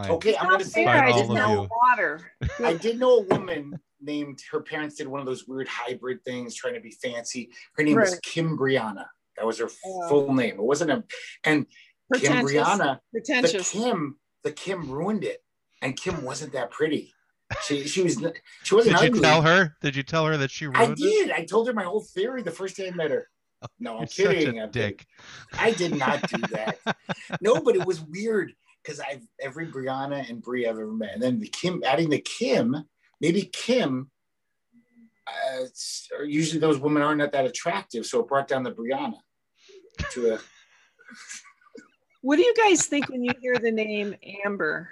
Speaker 6: yeah. Okay, I'm gonna
Speaker 4: Not
Speaker 6: say
Speaker 4: fair,
Speaker 3: Fine,
Speaker 4: I
Speaker 3: all
Speaker 4: just
Speaker 3: of
Speaker 4: know
Speaker 3: you.
Speaker 4: water.
Speaker 6: I did know a woman named her parents did one of those weird hybrid things, trying to be fancy. Her name was
Speaker 4: Right.
Speaker 6: Kim Brianna. That was her
Speaker 4: Oh.
Speaker 6: full name. It wasn't a and Kim
Speaker 4: Pretentious.
Speaker 6: Brianna. the
Speaker 4: Pretentious.
Speaker 6: Kim, the Kim ruined it, and Kim wasn't that pretty. She she was she wasn't
Speaker 3: Did you
Speaker 6: ugly.
Speaker 3: tell her? Did you tell her that she
Speaker 6: I
Speaker 3: ruined it? Oh,
Speaker 6: did. I told her my whole theory the first day I met her. No, I'm
Speaker 3: You're such
Speaker 6: kidding.
Speaker 3: a
Speaker 6: I'm kidding.
Speaker 3: dick.
Speaker 6: I did not do that. no, but it was weird because I've every Brianna and Brie I've ever met, and then the Kim adding the Kim, maybe Kim. Uh, it's- or usually those women aren't that attractive, so it brought down the Brianna to a.
Speaker 4: What do you guys think when you hear the name Amber?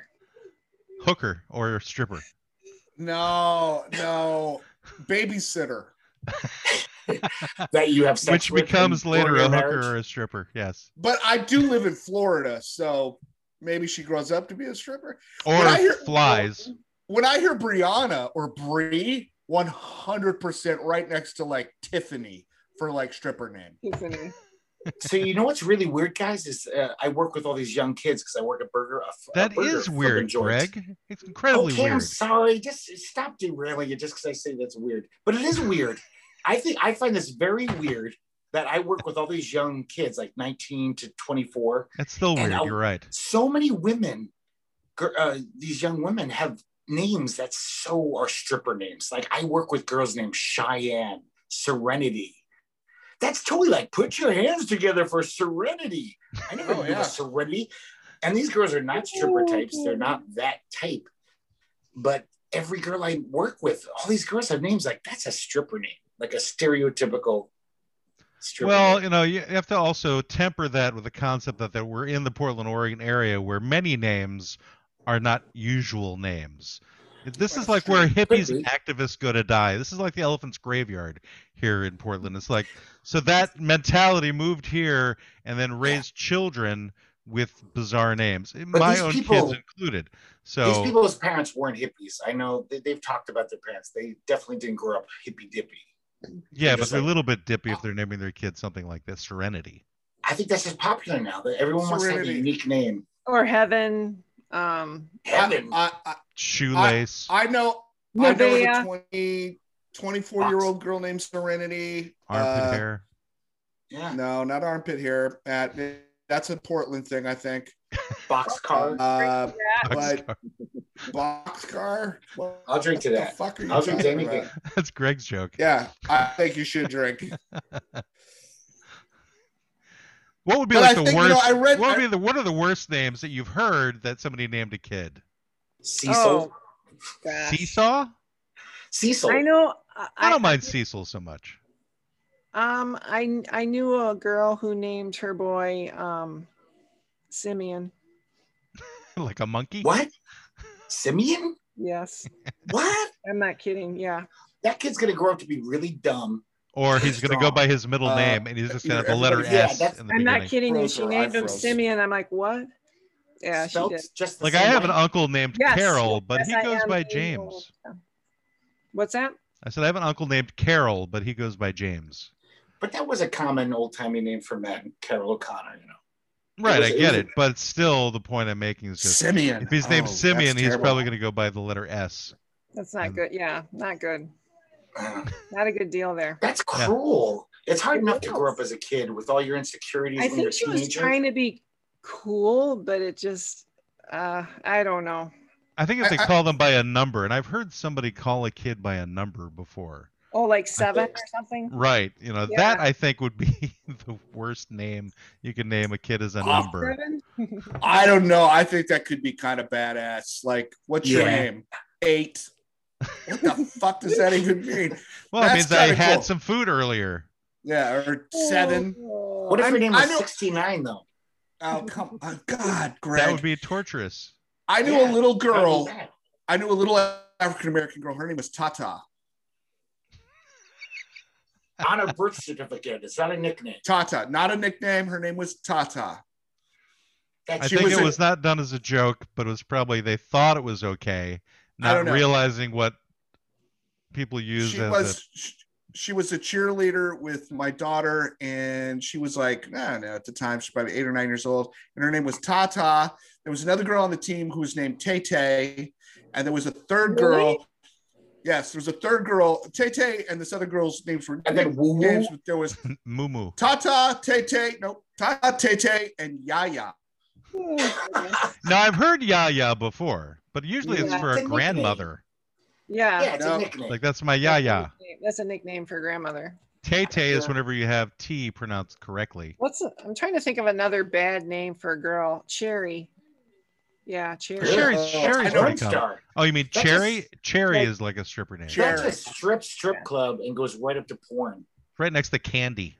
Speaker 3: Hooker or stripper.
Speaker 5: No, no, babysitter.
Speaker 6: that you have sex
Speaker 3: Which
Speaker 6: with
Speaker 3: becomes
Speaker 6: and
Speaker 3: later
Speaker 6: during
Speaker 3: a
Speaker 6: your
Speaker 3: hooker
Speaker 6: marriage.
Speaker 3: or a stripper. Yes.
Speaker 5: But I do live in Florida, so maybe she grows up to be a stripper.
Speaker 3: Or
Speaker 5: I hear-
Speaker 3: flies.
Speaker 5: When I hear Brianna or Bree, one hundred percent right next to like Tiffany for like stripper name.
Speaker 4: Tiffany.
Speaker 6: so you know what's really weird, guys, is uh, I work with all these young kids because I work at Burger. A, f- a
Speaker 3: That
Speaker 6: burger
Speaker 3: is
Speaker 6: flipping
Speaker 3: weird,
Speaker 6: joint. Oh,
Speaker 3: Greg. It's incredibly
Speaker 6: Okay, I'm
Speaker 3: weird.
Speaker 6: sorry. Just stop derailing it just because I say that's weird, but it is weird. I think I find this very weird that I work with all these young kids, like 19 to 24.
Speaker 3: It's still
Speaker 6: And
Speaker 3: weird.
Speaker 6: I'll-
Speaker 3: You're right.
Speaker 6: So many women, gir- uh, these young women have names that so are stripper names. Like I work with girls named Cheyenne, Serenity. That's totally like put your hands together for Serenity. I never
Speaker 5: Oh,
Speaker 6: knew
Speaker 5: yeah.
Speaker 6: a Serenity. And these girls are not stripper types. They're not that type. But every girl I work with, all these girls have names like that's a stripper name, like a stereotypical stripper.
Speaker 3: Well,
Speaker 6: name.
Speaker 3: you know, you have to also temper that with the concept that, that we're in the Portland, Oregon area where many names are not usual names. This is like where hippies and activists go to die. This is like the elephant's graveyard here in Portland. It's like, so that mentality moved here and then raised children with bizarre names, my
Speaker 6: these
Speaker 3: own
Speaker 6: people-
Speaker 3: kids included.
Speaker 6: These
Speaker 3: So,
Speaker 6: people's parents weren't hippies. I know they, they've talked about their parents. They definitely didn't grow up hippy dippy.
Speaker 3: yeah, but
Speaker 6: just
Speaker 3: they're a
Speaker 6: like-
Speaker 3: little bit dippy
Speaker 5: "Oh."
Speaker 3: if they're naming their kids something like this Serenity.
Speaker 6: I think that's just popular now. That everyone wants to have a
Speaker 5: Serenity.
Speaker 6: unique name.
Speaker 4: or heaven. Um,
Speaker 6: Heaven.
Speaker 5: I, I,
Speaker 3: Shoelace.
Speaker 5: I know. I know
Speaker 4: Nevaeh.
Speaker 5: of a 20, 24 year old girl named Serenity.
Speaker 3: armpit
Speaker 5: Uh,
Speaker 3: hair.
Speaker 6: yeah.
Speaker 5: No, not armpit hair. That, that's a Portland thing, I think.
Speaker 6: Box card.
Speaker 5: Uh,
Speaker 3: Boxcar.
Speaker 5: but boxcar. What
Speaker 6: I'll drink to
Speaker 5: the
Speaker 6: that.
Speaker 5: fuck are you
Speaker 6: I'll drink to
Speaker 5: talking
Speaker 6: anything.
Speaker 5: about?
Speaker 3: That's Greg's joke.
Speaker 5: Yeah, I think you should drink.
Speaker 3: What would be
Speaker 5: But
Speaker 3: like
Speaker 5: I
Speaker 3: the
Speaker 5: think, you
Speaker 3: worst?
Speaker 5: know, I read-
Speaker 3: what would
Speaker 5: I-
Speaker 3: be the what are the worst names that you've heard that somebody named a kid?
Speaker 6: Cecil.
Speaker 4: gosh.
Speaker 3: Seesaw?
Speaker 6: Cecil.
Speaker 4: Oh, I know. I,
Speaker 3: I don't mind Cecil so much.
Speaker 4: Um, I I knew a girl who named her boy um, Simeon.
Speaker 3: like a monkey.
Speaker 6: What? Simeon?
Speaker 4: Yes,
Speaker 6: What?
Speaker 4: I'm not kidding. Yeah,
Speaker 6: That kid's gonna grow up to be really dumb.
Speaker 3: Or he's going to go
Speaker 6: Strong.
Speaker 3: by his middle
Speaker 5: Uh,
Speaker 3: name, and he's just going to have the
Speaker 5: everybody-
Speaker 3: letter
Speaker 6: yeah,
Speaker 3: S
Speaker 6: that's-
Speaker 3: in the
Speaker 4: I'm
Speaker 3: beginning.
Speaker 4: not kidding you.
Speaker 5: Froze
Speaker 4: She
Speaker 5: her
Speaker 4: named him
Speaker 5: eyebrows.
Speaker 4: Simeon. I'm like, what? Yeah, she
Speaker 6: Spelt
Speaker 4: did.
Speaker 6: just the
Speaker 3: Like I
Speaker 6: same
Speaker 3: have an
Speaker 6: way.
Speaker 3: uncle named
Speaker 4: Yes,
Speaker 3: Carol, but
Speaker 4: yes,
Speaker 3: he
Speaker 4: I
Speaker 3: goes
Speaker 4: am
Speaker 3: by
Speaker 4: being
Speaker 3: James.
Speaker 4: old. What's that?
Speaker 3: I said I have an uncle named Carol, but he goes by James.
Speaker 6: But that was a common old timey name for Matt and Carol O'Connor, you know.
Speaker 3: Right,
Speaker 6: was-
Speaker 3: I
Speaker 6: it
Speaker 3: get
Speaker 6: was a-
Speaker 3: it, but still, the point I'm making is just
Speaker 5: Simeon.
Speaker 3: if his name's
Speaker 5: Oh,
Speaker 3: Simeon,
Speaker 5: that's
Speaker 3: he's
Speaker 5: terrible.
Speaker 3: probably going to go by the letter S.
Speaker 4: That's not
Speaker 3: Um,
Speaker 4: good. Yeah, not good.
Speaker 6: Uh,
Speaker 4: Not a good deal there.
Speaker 6: That's
Speaker 3: Yeah.
Speaker 6: cruel. It's hard
Speaker 4: It
Speaker 6: enough to grow
Speaker 4: is.
Speaker 6: up as a kid with all your insecurities
Speaker 4: I
Speaker 6: when you're a
Speaker 4: think she was
Speaker 6: teenager.
Speaker 4: trying to be cool, but it just uh, I don't know.
Speaker 3: I think if
Speaker 5: I-
Speaker 3: they
Speaker 5: I-
Speaker 3: call them by a number, and I've heard somebody call a kid by a number before.
Speaker 4: Oh, like seven or something.
Speaker 3: Right. You know,
Speaker 4: Yeah.
Speaker 3: that I think would be the worst name you can name a kid as a
Speaker 5: Oh.
Speaker 3: number.
Speaker 4: Seven.
Speaker 5: I don't know. I think that could be kind of badass. Like, what's your
Speaker 6: Yeah.
Speaker 5: name? Eight. What the fuck does that even mean?
Speaker 3: Well, it
Speaker 5: That's
Speaker 3: means I
Speaker 5: kinda
Speaker 3: had
Speaker 5: cool.
Speaker 3: some food earlier.
Speaker 5: Yeah, or seven.
Speaker 4: Oh.
Speaker 6: What if
Speaker 5: I'm-
Speaker 6: your name
Speaker 5: I
Speaker 6: was
Speaker 5: know-
Speaker 6: 69 though?
Speaker 5: Oh come on, God,
Speaker 3: That
Speaker 5: Greg.
Speaker 3: would be torturous.
Speaker 5: I knew a
Speaker 6: Yeah.
Speaker 5: little
Speaker 6: That would be
Speaker 5: girl.
Speaker 6: bad.
Speaker 5: I knew a little African American girl. Her name was Tata.
Speaker 6: On a birth certificate. It's not a nickname.
Speaker 5: Tata, not a nickname. Her name was Tata.
Speaker 6: That's
Speaker 3: I
Speaker 5: She
Speaker 3: think
Speaker 5: was
Speaker 3: it
Speaker 5: a-
Speaker 3: was not done as a joke, but it was probably they thought it was okay,
Speaker 5: I
Speaker 3: not
Speaker 5: don't know.
Speaker 3: realizing what people use
Speaker 5: she
Speaker 3: as
Speaker 5: was she, she was a cheerleader with my daughter and she was like nah, no at the time she's probably eight or nine years old and her name was tata there was another girl on the team who was named tay tay and there was a third girl
Speaker 4: Really?
Speaker 5: yes there was a third girl tay tay and this other girl's names were
Speaker 6: And then woo woo.
Speaker 5: names, but there was
Speaker 3: a moo moo.
Speaker 5: tata tay tay no tata tay tay and yaya
Speaker 3: Now I've heard Yaya before, but usually it's
Speaker 4: Yeah.
Speaker 3: for
Speaker 6: It's a
Speaker 3: a
Speaker 6: nickname.
Speaker 3: grandmother.
Speaker 4: Yeah.
Speaker 6: Yeah, it's
Speaker 5: No.
Speaker 6: a nickname.
Speaker 3: Like that's my Yaya.
Speaker 4: That's a nickname for grandmother.
Speaker 3: Tay Tay is
Speaker 4: Yeah.
Speaker 3: whenever you have T pronounced correctly.
Speaker 4: What's i I'm trying to think of another bad name for a girl. Cherry. Yeah, Cherry.
Speaker 6: Really?
Speaker 3: Sherry's,
Speaker 5: Oh,
Speaker 3: Sherry's
Speaker 5: I know
Speaker 3: pretty
Speaker 6: Lone
Speaker 3: common.
Speaker 6: Star.
Speaker 3: Oh, you mean
Speaker 6: That's
Speaker 3: Cherry? Cherry
Speaker 4: like-
Speaker 3: is like a stripper name.
Speaker 5: Cherry.
Speaker 6: That's a strip strip
Speaker 4: Yeah.
Speaker 6: club and goes right up to porn.
Speaker 3: Right next to Candy.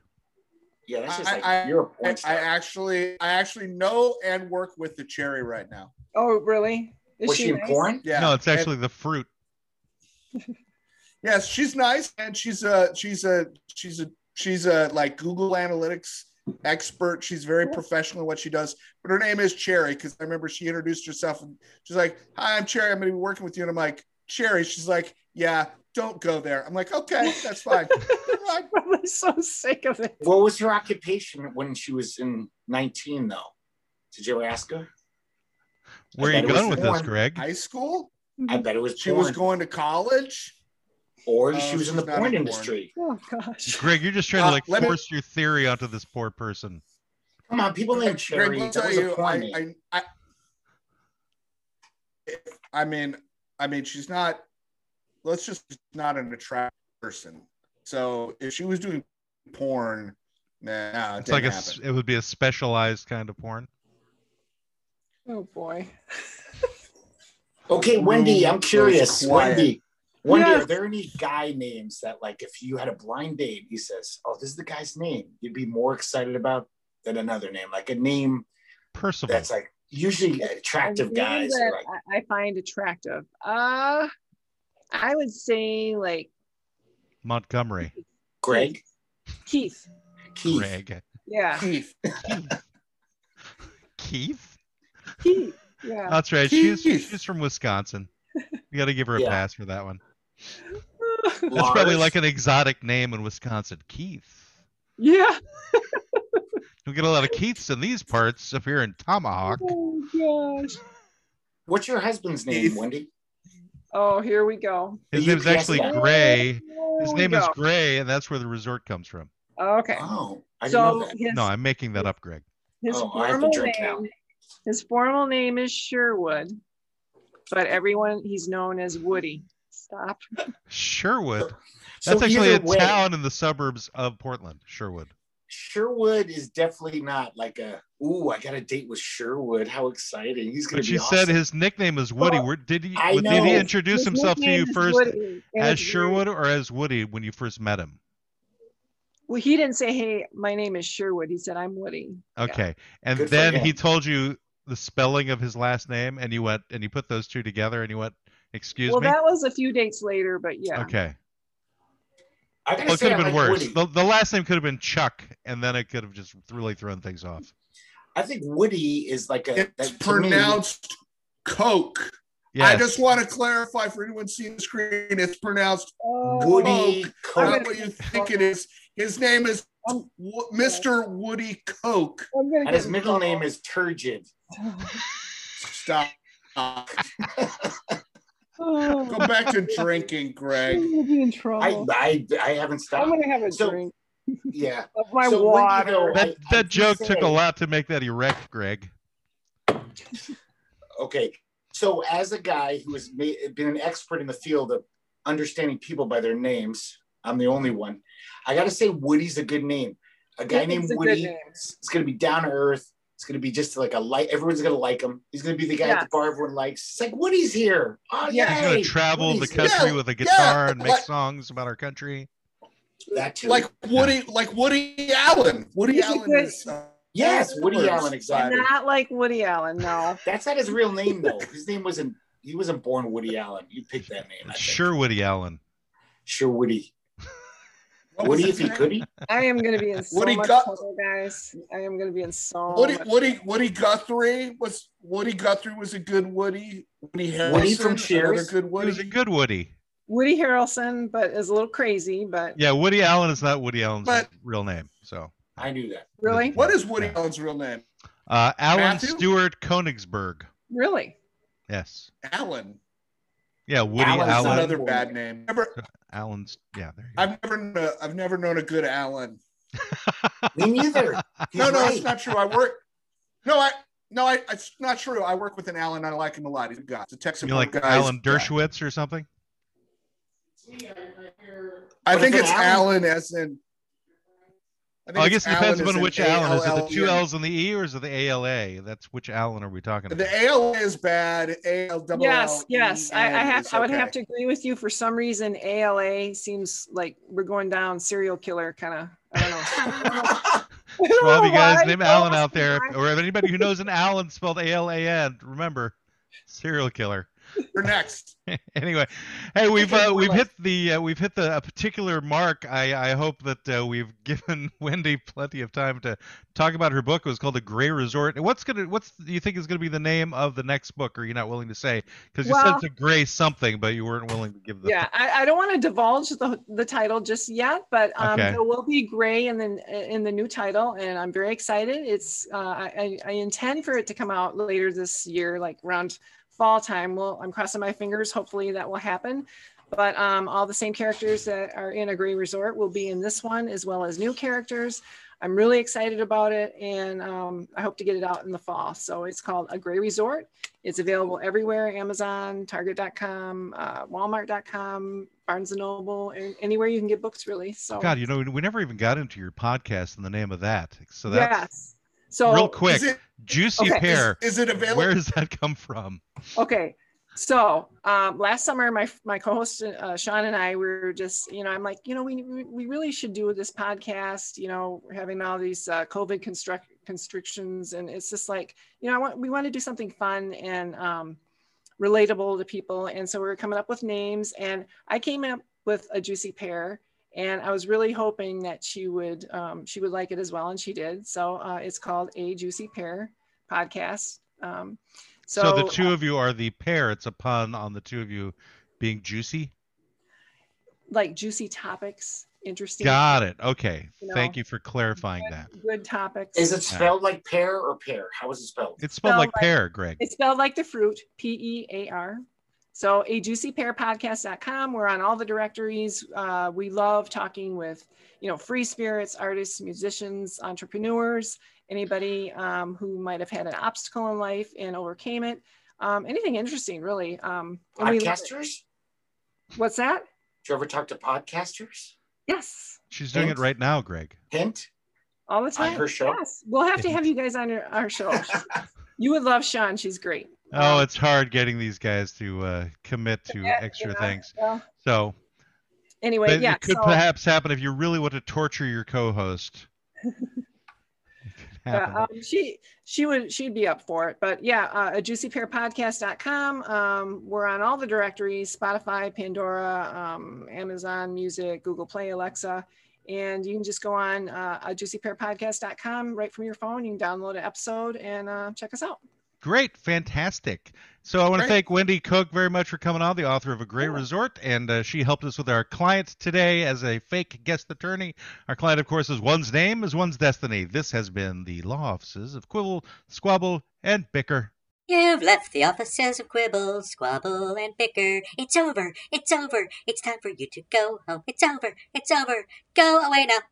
Speaker 6: Yeah, that's just
Speaker 5: I-
Speaker 6: like
Speaker 5: I-
Speaker 6: you're a porn
Speaker 5: I,
Speaker 6: star.
Speaker 5: I actually i actually know and work with the cherry right now
Speaker 4: Oh, really? Is
Speaker 6: was she, in
Speaker 4: nice?
Speaker 6: porn?
Speaker 5: yeah
Speaker 3: No, it's
Speaker 5: And-
Speaker 3: actually the fruit.
Speaker 5: Yes, she's nice, and she's a she's a she's a she's a like Google Analytics expert. She's very professional in what she does. But her name is Cherry because I remember she introduced herself and she's like, "Hi, I'm Cherry. I'm going to be working with you." And I'm like, "Cherry." She's like, "Yeah, don't go there." I'm like, "Okay, that's fine." Right.
Speaker 4: I was so sick of it.
Speaker 6: What was her occupation when she was in 19 though? Did you ask her?
Speaker 3: Where are
Speaker 6: bet
Speaker 3: you
Speaker 6: it was
Speaker 3: going with this,
Speaker 6: porn.
Speaker 3: Greg?
Speaker 5: High school.
Speaker 6: I bet it was
Speaker 5: She
Speaker 6: porn.
Speaker 5: was going to college.
Speaker 6: or
Speaker 5: Oh,
Speaker 6: she was
Speaker 5: she's
Speaker 6: in the
Speaker 5: not in
Speaker 6: porn
Speaker 5: porn.
Speaker 6: industry.
Speaker 4: Oh gosh.
Speaker 3: Greg, you're just trying
Speaker 5: Uh,
Speaker 3: to like
Speaker 5: let me-
Speaker 3: force your theory onto this poor person.
Speaker 6: Come on, people named Cherry.
Speaker 5: Greg, let me
Speaker 6: that
Speaker 5: tell
Speaker 6: was a
Speaker 5: you,
Speaker 6: porn name.
Speaker 5: I, I, I, I mean, I mean, she's not. Let's just she's not an attractive person. So if she was doing porn, nah, nah it
Speaker 3: It's like a,
Speaker 5: didn't
Speaker 3: s-
Speaker 5: happen.
Speaker 3: it would be a specialized kind of porn.
Speaker 4: Oh boy.
Speaker 6: Okay, Wendy,
Speaker 5: Room
Speaker 6: I'm
Speaker 5: goes
Speaker 6: curious.
Speaker 5: quiet.
Speaker 6: Wendy, Wendy,
Speaker 4: Yes.
Speaker 6: are there any guy names that, like, if you had a blind date, he says, "Oh, this is the guy's name," you'd be more excited about than another name, like a name
Speaker 3: Percival.
Speaker 6: that's like usually attractive
Speaker 4: And the ones
Speaker 6: guys. are
Speaker 4: that
Speaker 6: Like,
Speaker 4: I, I find attractive. Uh, I would say like
Speaker 3: Montgomery.
Speaker 6: Greg,
Speaker 4: Keith.
Speaker 6: Keith.
Speaker 3: Greg.
Speaker 4: Yeah,
Speaker 5: Keith.
Speaker 3: Keith?
Speaker 4: Keith. Yeah.
Speaker 3: That's right. She's
Speaker 5: Keith.
Speaker 3: she's from Wisconsin. You got to give her a
Speaker 6: Yeah.
Speaker 3: pass for that one. That's
Speaker 6: Lars.
Speaker 3: probably like an exotic name in Wisconsin. Keith.
Speaker 4: yeah.
Speaker 3: We get a lot of Keiths in these parts up here in Tomahawk.
Speaker 4: Oh gosh.
Speaker 6: What's your husband's name,
Speaker 5: Keith.
Speaker 6: Wendy?
Speaker 4: Oh, here we go.
Speaker 3: His
Speaker 6: The
Speaker 3: name's
Speaker 6: UPS
Speaker 3: actually
Speaker 6: guy.
Speaker 3: Gray.
Speaker 4: Here
Speaker 3: His
Speaker 4: we
Speaker 3: name is
Speaker 4: go.
Speaker 3: Gray, and that's where the resort comes from.
Speaker 4: Okay.
Speaker 6: Oh, I didn't know
Speaker 4: So
Speaker 6: that.
Speaker 4: his
Speaker 3: No, I'm making that up, Greg.
Speaker 4: his
Speaker 6: Oh, I have to
Speaker 4: formal
Speaker 6: drink now.
Speaker 4: name his formal name is Sherwood, but everyone he's known as Woody. Stop.
Speaker 3: Sherwood.
Speaker 6: So
Speaker 3: That's actually a
Speaker 6: either way,
Speaker 3: town in the suburbs of Portland, Sherwood.
Speaker 6: Sherwood is definitely not like a. Ooh, I got a date with Sherwood. How exciting! He's gonna
Speaker 3: But
Speaker 6: be.
Speaker 3: you
Speaker 6: awesome.
Speaker 3: said his nickname is Woody.
Speaker 4: Oh,
Speaker 3: Where, did he
Speaker 6: I
Speaker 3: did he
Speaker 6: know.
Speaker 3: introduce
Speaker 4: His
Speaker 3: himself to
Speaker 4: nickname
Speaker 3: you
Speaker 4: is
Speaker 3: first
Speaker 4: Woody, and
Speaker 3: as
Speaker 4: it's very-
Speaker 3: Sherwood or as Woody when you first met him?
Speaker 4: Well, he didn't say, "Hey, my name is Sherwood." He said, "I'm Woody."
Speaker 3: Okay. And
Speaker 6: Good for
Speaker 3: then
Speaker 6: him.
Speaker 3: he told you the spelling of his last name and you went and you put those two together and you went, "Excuse
Speaker 4: well,
Speaker 3: me."
Speaker 4: that was a few dates later, but yeah.
Speaker 3: Okay.
Speaker 6: I gotta
Speaker 3: Well, it
Speaker 6: say,
Speaker 3: could
Speaker 6: I
Speaker 3: have been
Speaker 6: like
Speaker 3: worse.
Speaker 6: Woody.
Speaker 3: The, the last name could have been Chuck, and then it could have just really thrown things off.
Speaker 6: I think Woody is like a.
Speaker 5: It's
Speaker 6: that- to me-
Speaker 5: pronounced Coke.
Speaker 3: Yeah.
Speaker 5: I just want to clarify for anyone seeing the screen, it's pronounced
Speaker 4: Oh,
Speaker 6: Woody
Speaker 5: not
Speaker 6: Coke.
Speaker 5: what you think it is. His name is W- Mr. Woody Coke.
Speaker 4: I'm gonna
Speaker 6: And
Speaker 4: get
Speaker 6: his middle name is Turgid.
Speaker 5: Stop. Go
Speaker 4: Oh,
Speaker 5: back to drinking, Greg.
Speaker 4: I'm gonna be in
Speaker 6: I,
Speaker 4: trouble.
Speaker 6: I I haven't
Speaker 4: Oh. I'm
Speaker 6: stopped.
Speaker 4: gonna have a
Speaker 6: So-
Speaker 4: drink
Speaker 6: Yeah.
Speaker 4: of my
Speaker 6: so Wendy,
Speaker 4: water.
Speaker 6: though,
Speaker 3: that
Speaker 6: I- I
Speaker 3: that
Speaker 6: do
Speaker 3: joke took a
Speaker 6: say-
Speaker 3: lot to make that erect, Greg.
Speaker 6: Okay. So as a guy who has ma- been an expert in the field of understanding people by their names, I'm the only one. I gotta say, Woody's a good name. A guy
Speaker 4: It's
Speaker 6: named
Speaker 4: a good
Speaker 6: Woody.
Speaker 4: name.
Speaker 6: It's gonna be down to earth. It's gonna be just like a light. Everyone's gonna like him. He's gonna be the guy at the bar everyone likes. It's like Woody's here. Oh
Speaker 4: Yeah.
Speaker 6: yeah.
Speaker 3: He's gonna travel the country
Speaker 5: yeah,
Speaker 3: with a
Speaker 5: yeah,
Speaker 3: guitar and make
Speaker 5: like-
Speaker 3: songs about our country.
Speaker 6: That too.
Speaker 5: Like Woody, like Woody Allen. Woody
Speaker 4: He's a
Speaker 5: Allen
Speaker 4: good-
Speaker 5: is uh,
Speaker 6: yes, Woody
Speaker 5: Words.
Speaker 6: Allen. Exactly.
Speaker 4: Not like Woody Allen, no.
Speaker 6: That's not his real name though. His name wasn't. He wasn't born Woody Allen. You picked that name. I think.
Speaker 3: Sure, Woody Allen.
Speaker 6: Sure, Woody.
Speaker 5: what was
Speaker 6: Woody, if
Speaker 5: his
Speaker 6: he
Speaker 5: name?
Speaker 6: could, he.
Speaker 4: I am gonna be in so
Speaker 5: Woody
Speaker 4: much
Speaker 5: Gut-
Speaker 4: trouble, guys. I am gonna be in so
Speaker 5: Woody,
Speaker 4: much.
Speaker 5: Woody, Woody Guthrie was Woody Guthrie was a good Woody. Woody Harrelson,
Speaker 6: Woody from
Speaker 5: another
Speaker 6: Cheers.
Speaker 5: good
Speaker 3: He was a
Speaker 5: Woody.
Speaker 3: good Woody.
Speaker 4: Woody Harrelson, but is a little crazy, but
Speaker 3: Yeah, Woody Allen is not Woody Allen's
Speaker 5: But-
Speaker 3: real name. So
Speaker 6: I knew that.
Speaker 4: really,
Speaker 5: What is Woody
Speaker 3: Yeah.
Speaker 5: Allen's real name?
Speaker 3: uh, Alan
Speaker 5: Matthew?
Speaker 3: Stewart Konigsberg.
Speaker 4: really.
Speaker 3: Yes.
Speaker 5: Allen.
Speaker 3: Yeah, Woody
Speaker 6: Alan's
Speaker 5: That's
Speaker 3: Allen.
Speaker 5: another bad name. Never,
Speaker 3: Allen's. Yeah, there you go.
Speaker 5: I've never, kno- I've never known a good Allen.
Speaker 6: Me neither. He's
Speaker 5: No, no,
Speaker 6: right.
Speaker 5: it's not true. I work. No, I, no, I, it's not true. I work with an Allen. I like him a lot. He's a guy. He's a Texan
Speaker 3: You like
Speaker 5: guy.
Speaker 3: Alan
Speaker 5: He's a guy.
Speaker 3: Dershowitz or something?
Speaker 5: I
Speaker 6: But
Speaker 5: think
Speaker 6: if
Speaker 5: it's
Speaker 6: an Allen-
Speaker 5: Allen as in. think
Speaker 3: Well, I
Speaker 5: it's
Speaker 3: guess it depends
Speaker 5: Allen as
Speaker 3: upon
Speaker 5: in
Speaker 3: which Allen. Is it the two
Speaker 5: ALLEN?
Speaker 3: L's and the E or is it the ALA? That's which Allen are we talking about?
Speaker 5: The AL is bad. AL double E
Speaker 4: Yes, yes. I, I have. I would have to agree with you. For some reason, ALA seems like we're going down serial killer kind of. I don't know.
Speaker 3: So all of you guys
Speaker 4: Why?
Speaker 3: name
Speaker 4: Don't
Speaker 3: Allen
Speaker 4: ask
Speaker 3: out
Speaker 4: me
Speaker 3: there,
Speaker 4: why.
Speaker 3: or if anybody who knows an Allen spelled A L A N, remember, serial killer.
Speaker 5: You're next.
Speaker 3: anyway, hey, we've
Speaker 6: Okay,
Speaker 3: uh, we've
Speaker 6: Willow.
Speaker 3: hit the uh, we've hit the a particular mark. I I hope that uh, we've given Wendy plenty of time to talk about her book. It was called The Gray Resort. And What's gonna what's do you think is gonna be the name of the next book? Are you not willing to say? Because you said
Speaker 4: Well-
Speaker 3: it's a gray something, but you weren't willing to give the
Speaker 4: Yeah, I, I don't want to divulge the, the title just yet, but um,
Speaker 3: Okay.
Speaker 4: there will be gray in the in the new title, and I'm very excited. It's uh, I, I I intend for it to come out later this year, like around fall time. Well, I'm crossing my fingers. Hopefully that will happen. But um, all the same characters that are in a gray resort will be in this one, as well as new characters. I'm really excited about it, and um, I hope to get it out in the fall. So it's called A Gray Resort. It's available everywhere: Amazon, Target.com, uh, Walmart.com, Barnes and Noble, and anywhere you can get books, really. So
Speaker 3: God, you know, we never even got into your podcast and the name of that. So that's
Speaker 4: yes. So
Speaker 3: real quick.
Speaker 5: Is it,
Speaker 3: Juicy
Speaker 4: Okay.
Speaker 3: pear.
Speaker 5: is it available?
Speaker 3: Where does that come from?
Speaker 4: Okay. So um, last summer, my my co-host uh, Sean and I we were just, you know, I'm like, you know, we we really should do this podcast. You know, we're having all these uh, COVID construct constrictions, and it's just like, you know, I want we want to do something fun and um, relatable to people, and so we were coming up with names, and I came up with a juicy pear, and I was really hoping that she would um, she would like it as well, and she did. So uh, it's called a juicy pear podcast. Um,
Speaker 3: So,
Speaker 4: so, uh,
Speaker 3: the two of you are the pair. It's a pun on the two of you being juicy.
Speaker 4: like juicy topics, interesting,
Speaker 3: Got it. Okay.
Speaker 4: You know,
Speaker 3: Thank you for clarifying that.
Speaker 4: good topics.
Speaker 6: Is it spelled like pear or pear? How is it spelled?
Speaker 3: It's spelled
Speaker 4: spelled
Speaker 3: like
Speaker 4: like-
Speaker 3: pear, Greg.
Speaker 4: It's spelled like the fruit, P E A R. So a juicy pear podcast.com. We're on all the directories. Uh, we love talking with, you know, free spirits, artists, musicians, entrepreneurs, anybody um, who might have had an obstacle in life and overcame it. Um, anything interesting, really. Um, and we love it.
Speaker 6: Podcasters?
Speaker 4: What's that?
Speaker 6: Did you ever talk to podcasters?
Speaker 4: Yes.
Speaker 3: She's doing it right now, Greg.
Speaker 6: Hint?
Speaker 4: All the time.
Speaker 6: her show?
Speaker 4: Yes. We'll have to have you guys on your, our show. you would love Sean. She's great.
Speaker 3: Oh,
Speaker 4: Um,
Speaker 3: it's hard getting these guys to uh, commit to extra
Speaker 4: yeah.
Speaker 3: things.
Speaker 4: Well,
Speaker 3: So
Speaker 4: anyway,
Speaker 3: but
Speaker 4: yeah.
Speaker 3: it could
Speaker 4: so,
Speaker 3: perhaps happen if you really want to torture your co-host. It could
Speaker 4: yeah,
Speaker 3: happen.
Speaker 4: um, she she would she'd be up for it. But yeah, uh, a juicypearpodcast.com. Um, we're on all the directories: Spotify, Pandora, um, Amazon Music, Google Play, Alexa. And you can just go on uh, a juicypearpodcast.com right from your phone. You can download an episode and uh, check us out.
Speaker 3: Great, fantastic. So I want to
Speaker 5: Great.
Speaker 3: thank Wendy Cook very much for coming on, the author of A Great Resort, and uh, she helped us with our client today as a fake guest attorney. Our client, of course, is one's name is one's destiny. This has been the law offices of Quibble, Squabble, and Bicker.
Speaker 2: You've left the offices of quibble, squabble, and bicker. It's over, it's over, it's time for you to go home. It's over, it's over, go away now.